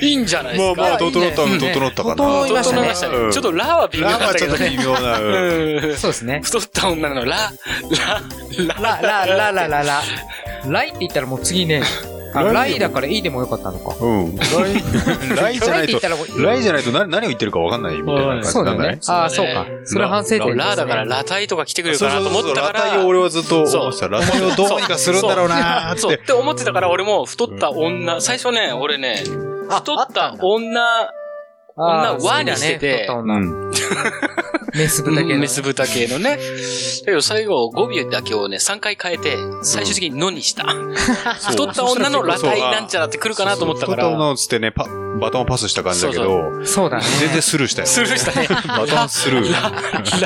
C: いいんじゃない
D: まあ
C: ですか。
D: まあ、
B: いい
D: 整
B: ね
D: った、整ったかな。
B: 整いましたね
C: 整いました
D: うん
C: ね。ちょっとラは微妙
D: ラ
C: だっ
D: が
C: た
D: ち
C: け
D: ょっ
C: ど
D: と
C: ね
D: 微。妙な。うん
C: うん
B: そうですね。
C: 太った女のラ、 ラ、ラ、
B: ラ、ラ、ラ、ラ、ラ、ラ。ライって言ったらもう次ね。あ、ラ
D: ライ
B: イだからいいでもよかったのか。
D: うん。ライじゃ
B: ライ
D: な
B: って
D: い
B: 言
D: と
B: っ、たらもう
D: ライじゃないと何何を言ってるか分かんないみたいな感じ
B: そうだ
D: なん
B: よね
D: ね。。
B: ああ、そ
C: そううだ
B: か
C: ね。
B: それは反省点ですね。
C: ラだからラタイとか来てくれるかなと思ってたか
D: ラタイを
C: ら。
D: 俺はずっと
C: そ
D: 思
C: う
D: ってた。ラタイをどうにかするんだろうなー
C: そう
D: っ。
C: ってて思ってたから俺も太った女、最初ね、俺ね、
B: あ
C: 太
B: あ
C: ったた
B: んだ
C: 女、
B: あー
C: 女輪にしてて
B: そうだね太った
D: う
B: 女
D: ん。
B: メス豚系の。
C: メス豚系のね。だけど最後、語尾だけをね、3回変えて、最終的にのにした。太った女の裸体なんちゃらって来るかなと思ったから。
D: 太った女っつってね、パバトンパスした感じだけ
C: そ
D: ど、
B: そうだね。
D: 全然スルーしたよ。
C: スルーしたね。
D: バトンスルー。
C: ラ、ラ、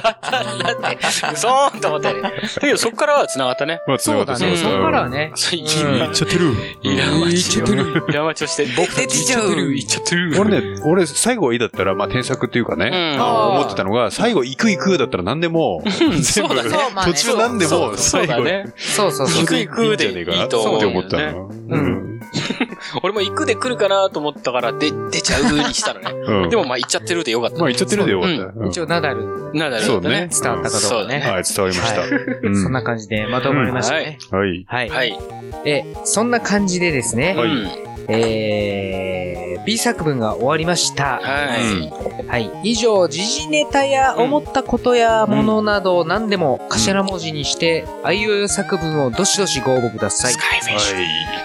C: ラ、ラって、うそーんと思ったよね。だけどそっからは繋がったね。
D: まあ
B: そうだね。
C: そう
B: そこからは。ね。
C: そう
B: うん
D: 言っちゃってる。
C: イラマチを、
B: うん
C: イラマチをして、僕たちいっちゃってる。
D: 俺ね、俺最後いいだったら、まあ、添削っていうかね、
C: う
D: あ
C: ん
D: の思ってたのが、最後行く行くだったら何でも、
C: うん
D: 全部、
C: そうだね
B: まあね
D: 途中何で
C: そ
D: も
C: うそ
D: 最
C: うだ
D: 後、
C: ね。
B: そうそうそう
C: 行。く
D: い
C: 行くで
D: いい
C: い
D: んじ
C: い
D: ゃねえか
C: と
D: な
C: 思
D: っ
C: う
D: て
C: よ
D: 思った
C: ね。
D: の。
B: う
D: うんん。
C: 俺も行くで来るかなと思ったから、で、出ちゃうにしたのね。
D: うん
C: でもまあ行っちゃってるでよかった。
D: まあ、言っちゃってるでよかった。うん
B: 一応ナダルに
C: なんだ
D: そ
C: ろ
D: う
C: うね
D: ね。。
B: 伝わったかどうかね。
D: はい、伝わりました。うん
B: そんな感じでまとまりましたね。
D: はい。
B: はい。
C: はい。
B: え、そんな感じでですね、
D: はい
C: うん
B: えー、B 作文が終わりました。
C: はい。
B: はい。以上、時事ネタや思ったことやものなど何でも頭文字にして、あいうえお作文をどしどしご応募ください。
C: カイフ
D: はい。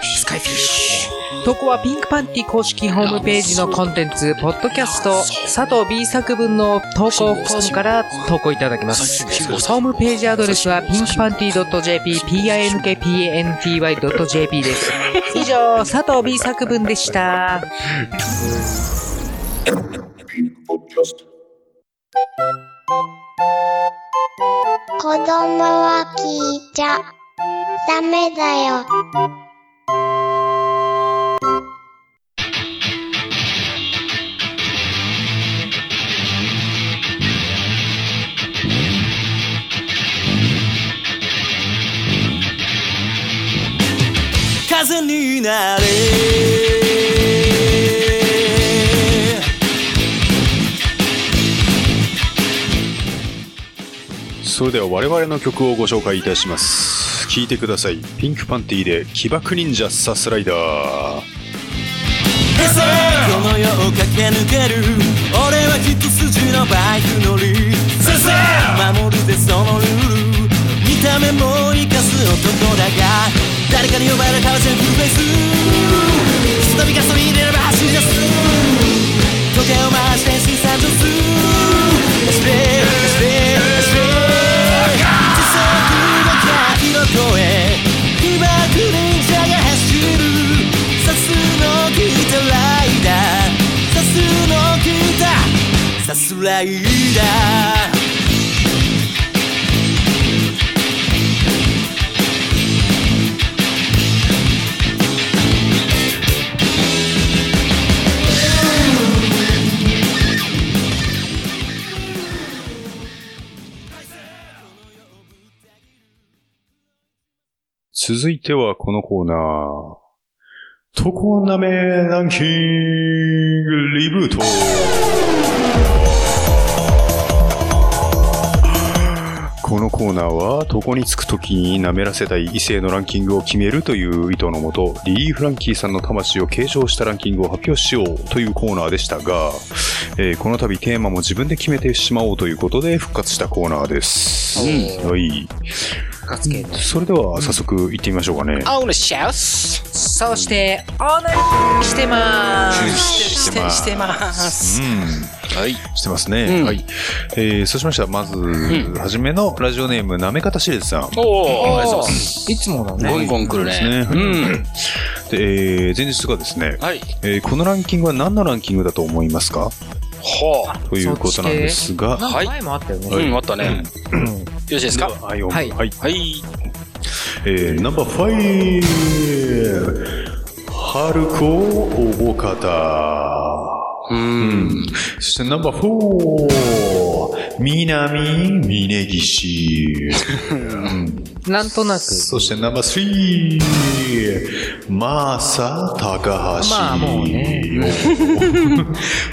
B: スカイフィッシュ。投稿はピンクパンティ公式ホームページのコンテンツ、ポッドキャスト、佐藤 B 作文の投稿フォームから投稿いただけます。ホームページアドレスは、ピンクパンティ .jp、pinkpanty.jp です。以上、佐藤 B 作文でした。
A: 子供は聞いちゃダメだよ。
E: 風になれ
D: それでは我々の曲をご紹介いたします。聴いてください。ピンクパンティーで、起爆忍者サスライダー。
E: この世を駆け抜ける俺は一筋のバイク乗り守るでそのルール見た目も生かす男だが誰かに呼ばれたら全部フェイスストビカストビ入れれば走り出す時計を回して新参上すづらいんだ
D: 続いてはこのコーナー。トコナメランキングリブート。このコーナーは、床につくときに舐めらせたい異性のランキングを決めるという意図のもと、リリー・フランキーさんの魂を継承したランキングを発表しようというコーナーでしたが、えーこの度テーマも自分で決めてしまおうということで復活したコーナーです。
C: う
D: はい。
B: 復活系の。
D: それでは早速行ってみましょうかね。
C: あ、俺シャウス
B: そして、オーナーしてまーす。
D: してます
C: してます。
D: う
C: はい。
D: ん、してますね。
C: うん
D: はい。えー、そうしましたら、まず、
C: ん
D: はじめのラジオネーム、なめかたしれつさん。
C: おー、ありがとうございます。
B: いつもだ
C: ゴン
B: ね。
C: ゴン来る
D: ですね
C: ね。う
D: で、
C: ん。
D: えー、前日がですね、
C: はい。
D: えーこのランキングは何のランキングだと思いますか
C: ほう。
D: ということなんです
B: な
D: が、
B: んか前もあったよね。
C: うん、あったね。
D: うん
C: よろしいですか
D: はい、お
B: はい
D: はい。
C: はい。
D: えー、ナンバーファイ春子おぼかた。
C: うん。
D: そしてナンバーフォー、南峯 岸。うん
B: なんとなく。
D: そしてナンバースリー、マーサー高橋。
B: まあもうね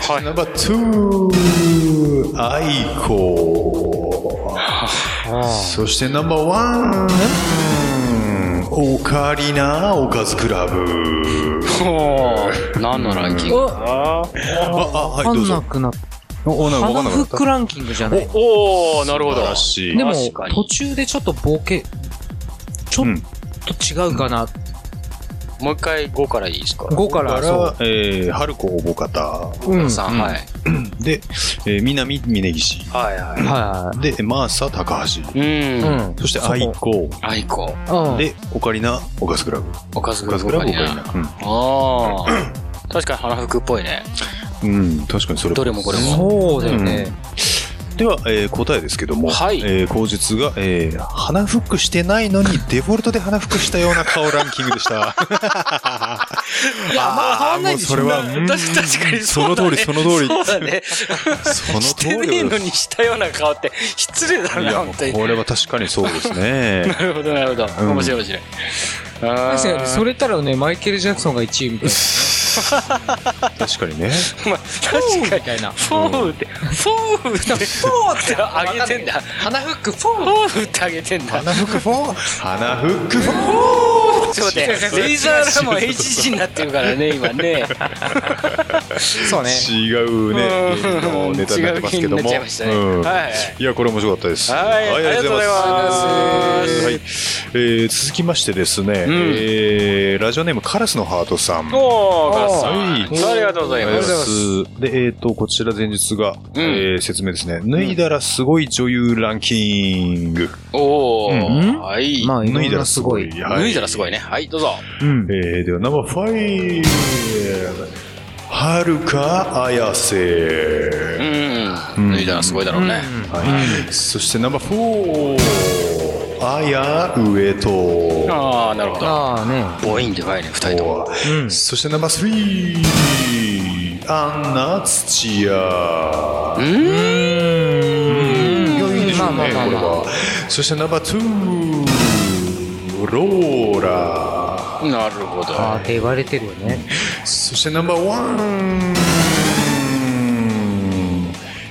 D: はい。ナンバーツー、アイコ。そしてナンバーワン、オカリナおかずクラブ。
C: ほう。何のランキング
B: お、
D: あ、あ、はい、
B: わか
D: どう
B: んな
D: ぞ。
B: くなっ
D: お、な
B: た。
D: んか
B: 花
D: わかんなかっ
B: フッ
D: た。
B: クランキングじゃない。
C: おー、なるほ
D: 素
C: ど
D: 晴。らしい。
B: でも
C: 確か、に
B: 途中でちょっとボケ、ちょっ
D: うん
B: と違うかな。
C: もう一回5からいいですか
B: 5か、
D: だからら
B: そ、
D: えー、春子おぼかた。
B: う。うん。はい
C: さん、はい。
D: で、えー、南峯岸。
C: はい
B: は
C: は
D: で、マーサ高橋。
C: い。う
B: い。。
C: ん
B: うん。
D: そして、
B: そこ
D: アイコ。
C: アイコ、
B: うん。
D: で、オカリナ、オカスクラブ。
C: おかず
D: オ
C: グ
D: カ
C: ラ
D: ス
C: ブ
D: クラブ、オカリ
C: あ
D: ナ。
C: あー。確かに花服っぽいね。
D: うん、確かにそれ。
C: どれもこれも。
B: そうだよね。
D: では、えー答えですけども、
C: はい
D: えー口述が、えー鼻フックしてないのに、デフォルトで鼻フックしたような顔ランキングでした。
B: いや、まあ変わんないでしょ。
D: もうそれは、うん
C: 確か確かに
D: その通り、その通り。
C: そうだね。
D: その
C: し
D: 通
C: てねえ
D: り
C: の
D: だ。
C: にしたような顔って失礼だ
D: い
C: な、
D: や、
C: 本当に。
D: これは確かにそうです ね。
C: なるほど、なるほど。
D: ん
C: 面白い、面白い。あ
B: 確か
C: ー
B: にそれたらね、マイケル・ジャクソンが1位みたいな。
D: 確かにね。
C: まあ確かに。
B: みたいな。
C: フォー って、フォーって、フォーって上げてんだ。
B: 鼻フック4
C: フォーって上げてんだ。
D: 鼻フックフォー鼻フックフォー
C: ちょっと待って、レイザーラモン HG になってるからね、今ね。
B: そうね。
D: 違うね、芸人のネタになってますけども。
C: 違う芸人になっちゃいましたね
D: うん
C: はい
D: いや、これ面白かったです。
C: はいありがとうございます
D: はい。えー続きましてですね、
C: ん
D: えーラジオネームカラスのハートさん。あり
C: おー、ガラスさ
D: はい
C: ん。ありがとうござい
D: がとう
C: ま。
D: ございますす。で、えっ、と、こちら前日が、
C: うん
D: えー説明ですね。脱いだらすごい女優ランキング。
C: お
B: う
C: ー、
B: ん
C: はい。
B: まあ、
D: 脱
B: 脱
D: い
B: いだ
D: だら
B: ら
D: す
B: す
D: ご
B: ご
D: い
B: い。
D: はい
C: 脱いだらすごいね。はい、どうぞ。
B: うん。
D: えー、では、ナンバーファイはるか綾瀬。
C: うん。脱いだらすごいだろうね。
D: はい、そしてナンバーフォー、あや上と。
C: ああ、なるほど。
B: ああね。
C: ボインでかいね、二人とも。
B: うん。
D: そしてナンバースリー、アンナ土屋。いやいいでしょ
B: ま
D: うね、
B: あまあまあ
D: これ
B: まあ
D: は。そしてナンバーツー、ローラ。
C: なるほど。
B: ああって言われてるよね。
D: そしてナンバーワン、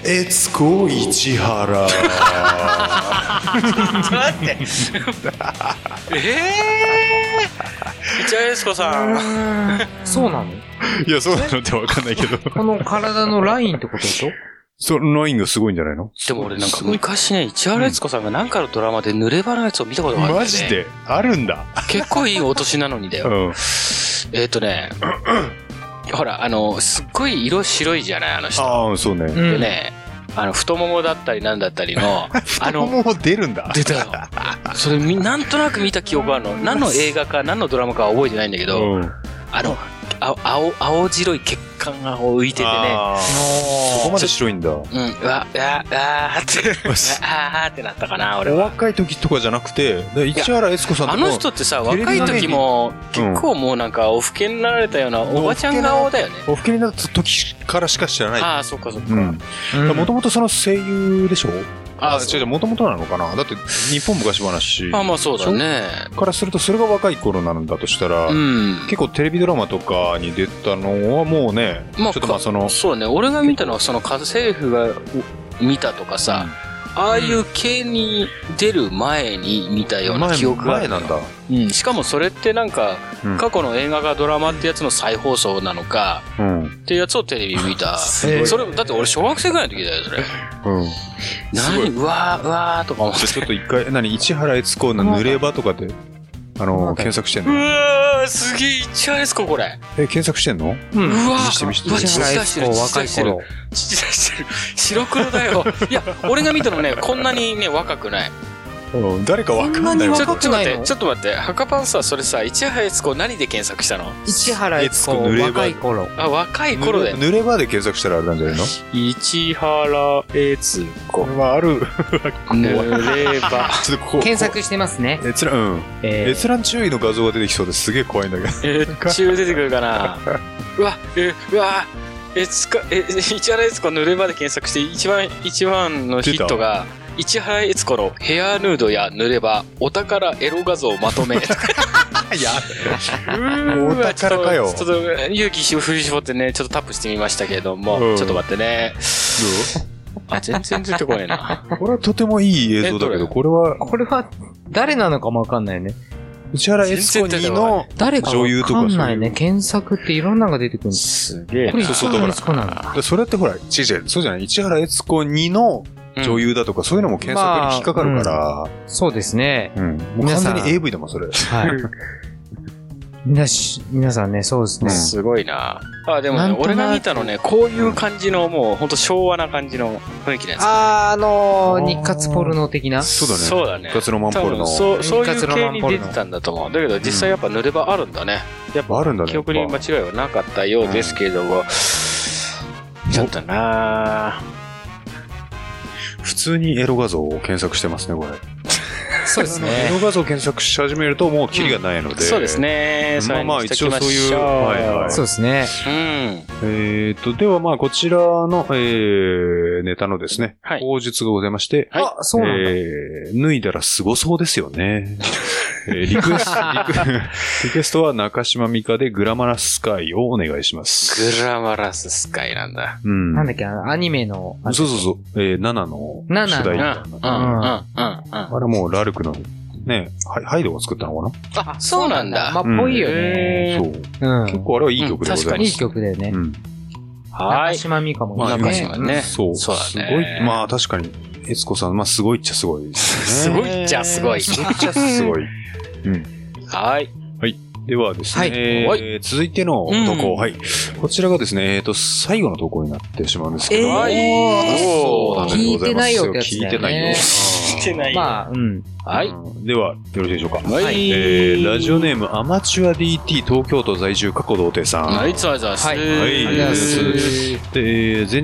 D: エツコ市原。
C: 待って。ええー。一応エスコさん。
B: そうなの
D: いや、そうなのってわかんないけど。
B: この体のラインってことでしょ
D: そのラインがすごいんじゃないの
C: でも俺なんか昔ね、市原悦子さんがなんかのドラマで濡れ場のやつを見たことがあるんだよ
D: マ
C: ね
D: ジであるんだ。
C: 結構いいお年なのにだ
D: う
C: よ。
D: ん。
C: えっとね、ほら、あの、すっごい色白いじゃない、あの人。
D: ああ、そうね。
B: う
C: で
B: ん。
C: ね、あの、太ももだったりなんだったり の、あの、
D: もう出るんだ。
C: 出たよ。それみ、なんとなく見た記憶があるの。何の映画か、何のドラマかは覚えてないんだけど、
D: うん。
C: あの、あ青、青白い血管がこう浮いててね。
D: あーそこまで白いんだ。
C: うん、うわ、うわ、うわーって、う
D: よ
C: わ
D: し
C: あーってなったかな、俺
D: お
C: は。
D: 若い時とかじゃなくて、で市原悦子さんと
C: あ
D: か
C: の人ってさ、
D: テレビ
C: 若い時も
D: 画面
C: 結構もうなんか、おふけになられたようなおばちゃん顔だよね。
D: おふけになった時からしか知らない。
C: ああ、そっかそっか。
D: うん。もともとその声優でしょ
C: あ
D: あ、違う違う、もともとなのかなだって、日本昔話
C: まあまあそうだね。
D: からすると、それが若い頃なんだとしたら
C: う、ん。
D: 結構テレビドラマとかに出たのはもうね、ちょ
C: まあ
D: っとまあその、
C: そうね、俺が見たのは、その家政婦が見たとかさ、ああいう系に出る前に見たような記憶があ
D: 前
C: る
D: なんだ。
C: うん、しかもそれってなんか、
D: うん
C: 過去の映画がドラマってやつの再放送なのか、
D: うん。
C: っていうやつをテレビ 見た。
B: ごい
C: それ、だって俺小学生ぐらいの時だよ、それ。
D: うん。 すご
C: 何うわー、うわーとか思っ
D: じゃあち
C: て。
D: ょっと一回、何、市原悦子の濡れ場とかで、あの、検索してん
C: う
D: の
C: わー、すげえ、いっちゃうやつか、これ。
D: え、検索してんの
B: う。
C: うんわ
D: 見して
C: ー、
D: 見して
C: うわ、
D: 見
C: 実
D: し
C: 在してる、実在してる。。実在してる。白黒だよ。いや、俺が見たのね、こんなにね、若くない。
D: うん誰かわかんない
C: ちょ
D: わ。
C: ちょっ
B: 若く
C: と
B: ない
C: 待っ
B: の
C: て、ちょっと待って、ハカパンさ、それさ、市原悦子何で検索したの
B: 市原悦子、若い頃。
C: あ、若い頃だよね。
D: 濡れ場で検索したらあれなんじゃないの
C: 市原悦子。
D: はある。
C: 濡れ場。
D: ちょっとここ
B: 検索してますね。
D: 閲覧、うん。
B: え
D: 閲覧注意の画像が出てきそうです。す げえ怖いん だけど。
C: え ー、中出てくるかなうわ、え、うわ、え、つか、え、市原悦子濡れ場で検索して、一番、一番のヒットが、市原悦子のヘアヌードや濡れ場、お宝エロ画像まとめ。う
D: いや、
C: ー
D: お宝かよ
C: ちょっと、ちょっと勇気し振り絞ってね、ちょっとタップしてみましたけれども、
D: うん
C: ちょっと待ってね。あ、全然出てこない な。
D: これはとてもいい映像だけど、
C: えどれ
D: これは、
B: これは、誰なのかもわかんないね。
D: 内原悦子にの、
B: 誰かわかんないね。検索っていろんなのが出てくるんです。
C: すげえ
B: これ
D: そう
B: 市
D: そうだか
B: 原
D: ら
B: 悦子なの
D: でそれってほら、違う違う、そうじゃない。市原悦子にの女優だとか、そういうのも検索に引っかかるから、
B: そうですね。
D: うん。もう
B: 皆
D: 完
B: さん
D: 全に AV だもん、それ。
B: はい。みなし、皆さんね、そうですね。
C: すごいな。あ、でも
B: なん
C: ね、
B: となく
C: 俺が見たのね、こういう感じの、もう、ほんと昭和な感じの雰囲気なんですよ
B: あー、あのー、日活ポルノ的な。
D: そうだね。
C: そうだね
D: 復活のマンポールの。
C: 多分そうそうい
B: 妊活
C: う
B: の
C: 系
B: マ
C: に
B: ンポー
C: 出
B: ルの
C: てたんだと思うだけど実際やっぱ濡れ場あるんだね、やっぱ
D: あるんだね。
C: 記憶に間違いはなかったようですけれども、ちょっとなぁ
D: 普通にエロ画像を検索してますね、これ。
B: そうです
D: エ
B: ね。
D: ロ画像を検索し始めると、もうキリがないので。
C: そうです。ね
D: まあまあ
C: それにしときまし
D: 一
C: ょ
D: 応そういうはいはい
B: そうですね。
C: うん
D: えっと、ではまあ、こちらの、えー、ネタのですね、
C: はい
D: 口述がございまして、
C: はい
B: あ、そうなんだ。
D: えー脱いだら凄そうですよね。えーリクエスト、 リクリクエストは中島美香でグラマラスカイをお願いします。
C: グラマラススカイなんだ
D: う ん。
B: なんだっけ、あのアニメの。
D: そうそうそう。えー、7の主題
B: ナナ
D: 歌
C: うんうん
D: な
C: うんうんん
D: だ
C: うん
D: あれもうラルクの、ね、ハイハイドが作ったのかな
C: あそうなんだ
B: まあ、ぽいよね。
C: へー
D: そう。
B: うん。
D: 結構あれはいい曲でございます。
B: いい曲だよね。
D: うん。
C: は
B: 中
C: い
B: 島美嘉もいいね。
C: 中島ね
D: そう。
C: そうだね
D: すごい。まあ確かに、悦子さん、まあすごいっちゃすごいです
C: す
D: ね。
C: ごいっちゃすご
D: め
C: い
D: ちゃくちゃすごい。
C: はい
D: ではです
B: はい
D: ね、えー
C: は
D: 続いての投稿、
C: うん
D: はい。こちらがですね、えっ、と、最後の投稿になってしまうんですけど、
B: えー
D: はい
C: おー
D: そうなんでござます
B: 聞いてないよってやつだよね
D: 聞いてないよ。
C: 来てない
B: まあ、うん。
C: は
D: う
C: い
D: んでは、よろしいでしょうか。
C: はい
D: えー、ラジオネーム、アマチュア DT 東京都在住過去童貞さん。
C: はいつはいつはい
B: はいあ
D: はい
B: りがとうございま
D: で、えー前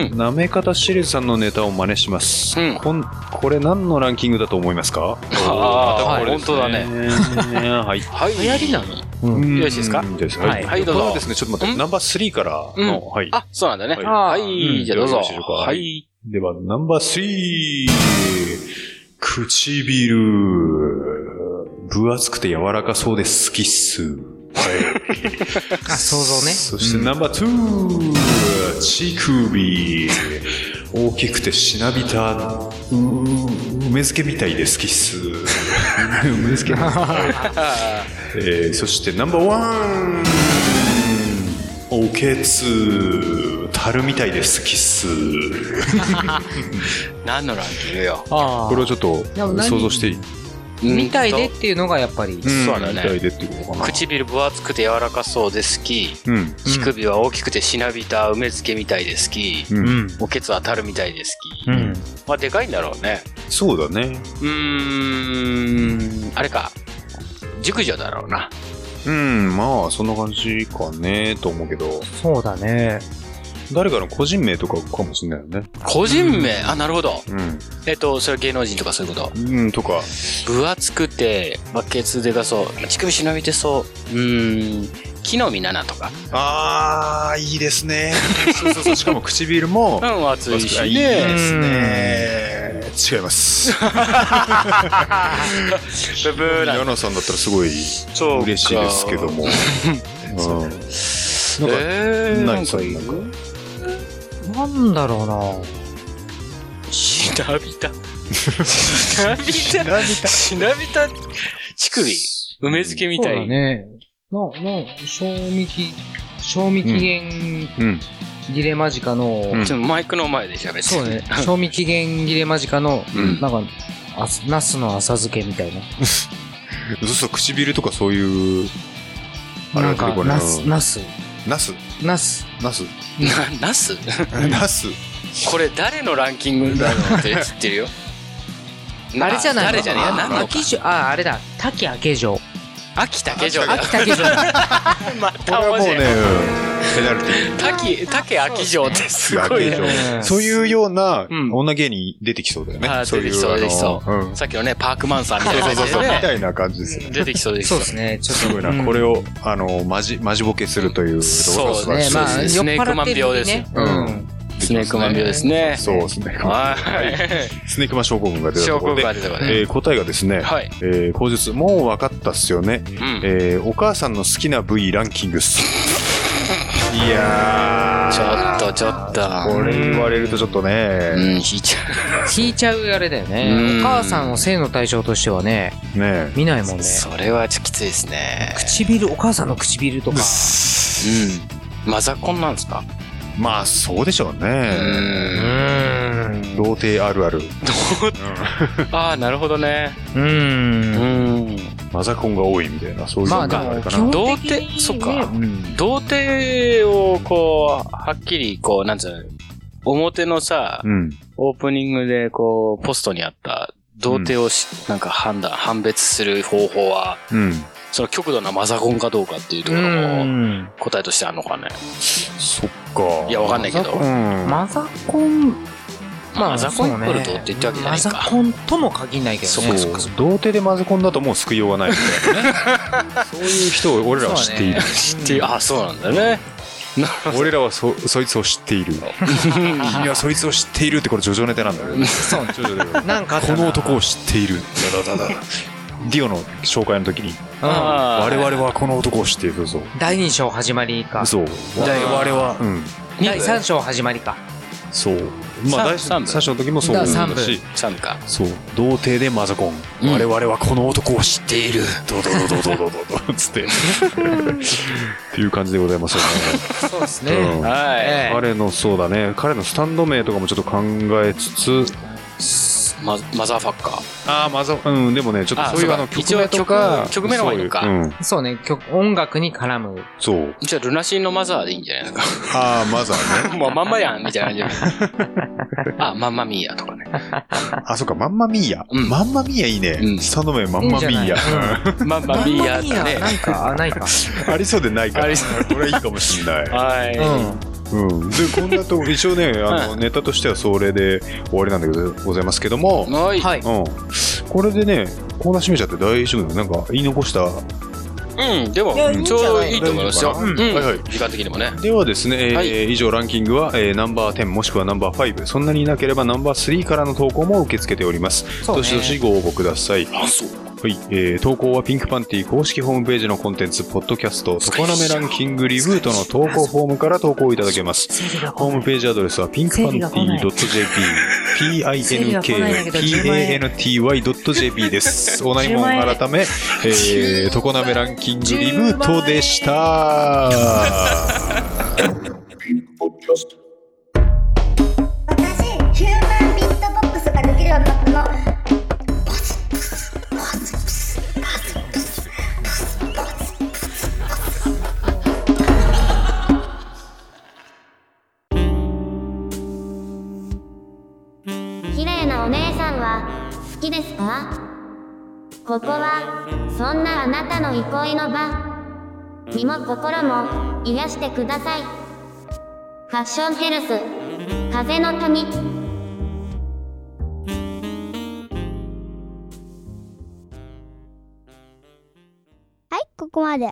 D: 日、
C: ん
D: なめ方シリーズさんのネタを真似します。
C: うん
D: こんこれ何のランキングだと思いますか
C: あー
D: またこれです
C: はい
D: ね。 はい。
C: はい流行りなの
B: うん
C: よろしいですか
D: うんです
B: は
D: はいい。
C: はいどうぞ
D: これはですね、ちょっと待っ
C: うん
D: て、ナンバー3からの、
C: う
D: はい。
C: あそうなんだねは
D: はい
C: いじゃあどうぞ
D: よろしいでしょうか
C: はい
D: では、ナンバー 3! 唇。分厚くて柔らかそうで好きっす。
B: あ、想像ね。
D: そしてナンバー2、乳首。大きくてしなびた、う梅漬けみたいで好きっす。梅漬けみたい。 えーそしてナンバーワン、おけつ、樽みたいで好きっす。
C: 何のランキングよ
B: あ
D: これをちょっと
B: でも何
D: 想像していい
B: みたいでっていうのがやっぱり。
C: ん
D: そうだねみたいでっていうことかな。
C: 唇分厚くて柔らかそうで好き
D: うん。
C: 乳首は大きくてしなびた梅漬けみたいで好き
D: うん。
B: うん。
C: おけつ当たるみたいで好き、
B: うん。
C: まあでかいんだろうね
D: そうだね。
C: うーんあれか熟女だろうな
D: うん、まあ、そんな感じかね、と思うけど、
B: そうだね。
D: 誰かの個人名とかかもしれないよね。
C: 個人名あ、なるほど。
D: うん。
C: えっと、それは芸能人とかそういうこと。
D: うん、とか、
C: 分厚くて、バケツでかそう。乳首しなびてそう。うーん、木の実ななとか。
D: あー、いいですね。そうそうそう、しかも唇 も
C: う、ん、厚いし
D: いい
C: ね。
D: ですね。違います。
C: ブブーなん
D: ヤナさんだったらすごい
C: そうか
D: 嬉しいですけど も。うんなん か
C: えー、
D: 何それ
C: なんか言う
B: なんだろうな
C: しなびた。しなびた。しなびた。乳首。梅漬けみた
B: そうだ
C: い。
B: ね。な、な、賞味期、賞味期限
D: うん。
B: 切れ間近の、
D: ん
C: ちょっとマイクの前で喋って。
B: そうね、賞味期限切れ間近の、
D: うん
B: なんか、あナスの浅漬けみたいな。
D: そうそう、唇とかそういう、あれ
B: な
D: は
B: ん
D: 出て
B: か
D: こ、ない
B: ナス、ナス、
D: ナス、
B: ナス。
D: ナス、
C: な、なす
D: ナス。
C: これ誰のランキングだろうって知ってるよ。
B: あれじゃない
C: 誰じゃねえや。何のか
B: 秋城、あ、あれだ。滝明城。
C: 秋竹城だ。
B: 秋竹城。
D: こ
C: ま
D: れ
C: た
D: はもう
C: 文字
D: ね、ペナルティ
C: 滝、竹秋城ってすごい
D: 秋
C: ね。
D: ー そういうような
C: うん
D: 女芸人出てきそうだよね。
C: あー
D: そう
C: 出てきそう出てき
D: い
C: そ
D: うあのんそ
C: さっきのね、パークマンさんみたいな
D: う
C: 感
D: そう
C: じ
D: そう、
C: で
D: みた
C: ね。
D: いな感じですよね。
C: 出てきそうです
B: そう
C: よ
B: で。すね。ちょっ
D: すごいな。これを、あの、まじ、まじぼけするというところが素
B: と
D: 晴
B: ね、
D: らしい
C: そう
B: まあ、
C: で
B: 酔
C: す
B: っ
C: ね
B: 払ってる時ね。
D: スネークマン病ですよ
B: うん
D: そうで
C: スネークマン病ですね。
D: すね。
C: はい。
D: スネークマン症候群が出た
C: 証
D: ところ
C: 拠
D: で、
C: が出たからね。
D: えー答えがですね、
C: はい。
D: えー、口述、もう分かったっすよね。
C: うん。
D: えー、お母さんの好きな部位ランキングっす。いや
C: ちょ
D: ー。
C: っと、ちょっと。
D: これ言われるとちょっと
C: うん、
D: ね、
C: 引いちゃ
B: 引いちゃうあれだよ
C: う
B: ね。お
C: ん
B: 母さんを性の対象としてはね、
D: ね
B: 見ないもん
C: う。
B: ね。
C: それはちょっときついですね。
B: 唇、お母さんの唇とか。
C: うん。マザコンなんですか
D: まあそうでしょう
C: う
B: う
D: ね。
C: ーん。
B: ーん。
D: 童貞あるある。
C: ああ、なるほどね。
B: う
C: う
B: ーん。
C: ん。
D: マザコンが多いみたいな、そういう
B: まあ
D: の
B: で
D: があ
B: も
D: れか
B: 基
D: な。
B: 本的
C: 童
B: に、ね、
C: 貞そっか
B: うん
C: 童貞を、こう、はっきり、こう、なんつうの、表のさ、
D: うん。
C: オープニングで、こう、ポストにあった、童貞をし、なんか判断、判別する方法は、
D: うん。
C: その極度なマザコンかどうかっていうと
B: う
C: ころも、
B: ん。
C: 答えとしてあるのかね。
D: そっか。
C: いや、わかんないけど。
D: うん。
B: マザコン、まあ
C: マザコンイ
B: そう
C: コ
B: ね
C: ール童貞って言ってわ
B: マ
C: けじゃ
B: ザ
C: ないか。
B: コンとも限らないけど
D: そ
B: ね。
D: うそう童貞でマザコンだともう救いようがないみたいなね。そういう人を俺らは知っている。
B: 知
C: っていう、あ、そうなんだね。
D: 俺らはそ、そいつを知っている。君はそいつを知っているってこれ、ジョジョネタなんだよね。
B: そう。
D: ジョジョで
B: なんかあった
D: こ
B: な
D: の男を知っている。だだだだディオの紹介の時に、
B: うん
D: 我
C: 我
D: 々はこの男を知っているぞ。
B: 第2章始まりか。
D: そう。
C: 第
D: 我々は。うん。
B: 第3章始まりか。
D: そう。まあ、第
C: 三部
D: 三章の時もそうだ
B: だ三部
D: し、
C: さんか。
D: そう。童貞でマザコン。
C: うん
D: 我々はこの男を知っている。どうどうどうどうどうどうどうつって。っていう感じでございますよ
B: そうです
D: ね。うん
C: は
B: ええ
D: 彼のそうだね彼のスタンド名とかもちょっと考えつつ
C: い。ママザーファッカー。
D: ああまずうんでもねちょっ
C: あ
D: とそういう
C: そう
D: あ
C: か
D: の曲名とか
C: 一応曲曲名の方がいいのか
D: そういううん
B: そうね、曲、音楽に絡む。
D: そう
C: じゃあ、ルナシーのマザーでいいんじゃないです
D: ああまずはね
C: か。もうまんまやんみたいな感じで。あ、まんまミーやとかね。
D: あそうかマンマミーヤ
C: うん
D: マンマミーヤいいね
C: うん
D: スタンド名マンマミー
B: いいんじゃ
D: ヤ
B: な
C: まんまミーやだね。
B: なんか、あ、ないか。
D: ありそうでないから
C: あり
D: これいいかもしんない
B: う
C: は
B: ん。
D: うんでこんなとこ一応ねあのネタとしてはそれで終わりなんだけどございますけども
C: い。はい。
B: はい。
D: うんこれでねコーナー閉めちゃって大丈夫なのなんか言い残した
C: うん、でも
B: いやいいん、
C: ち
B: じゃない
C: ょうどいいと思いますよ。
D: 大丈夫
C: うん
D: かなうんはいはい
C: 時間的にもね。
D: ではですね、えー
C: はい
D: 以上ランキングは、えーナンバー10もしくはナンバー5そんなにいなければナンバー3からの投稿も受け付けております、
B: そうね
D: どしどしご応募くださいはい、えー投稿はピンクパンティ公式ホームページのコンテンツポッドキャスト「そこなめランキングリブート」の投稿フォームから投稿いただけますホームページアドレスはピンクパンティ .jp pinkpanty.jp です。お悩みもん改め、えー、とこなめランキングリブートでした。
F: 私ヒューマンビットボックスができる男の
G: 綺麗なお姉さんは好きですかここはそんなあなたの憩いの場身も心も癒してください。ファッションヘルス、風の谷。
A: はい、ここまで。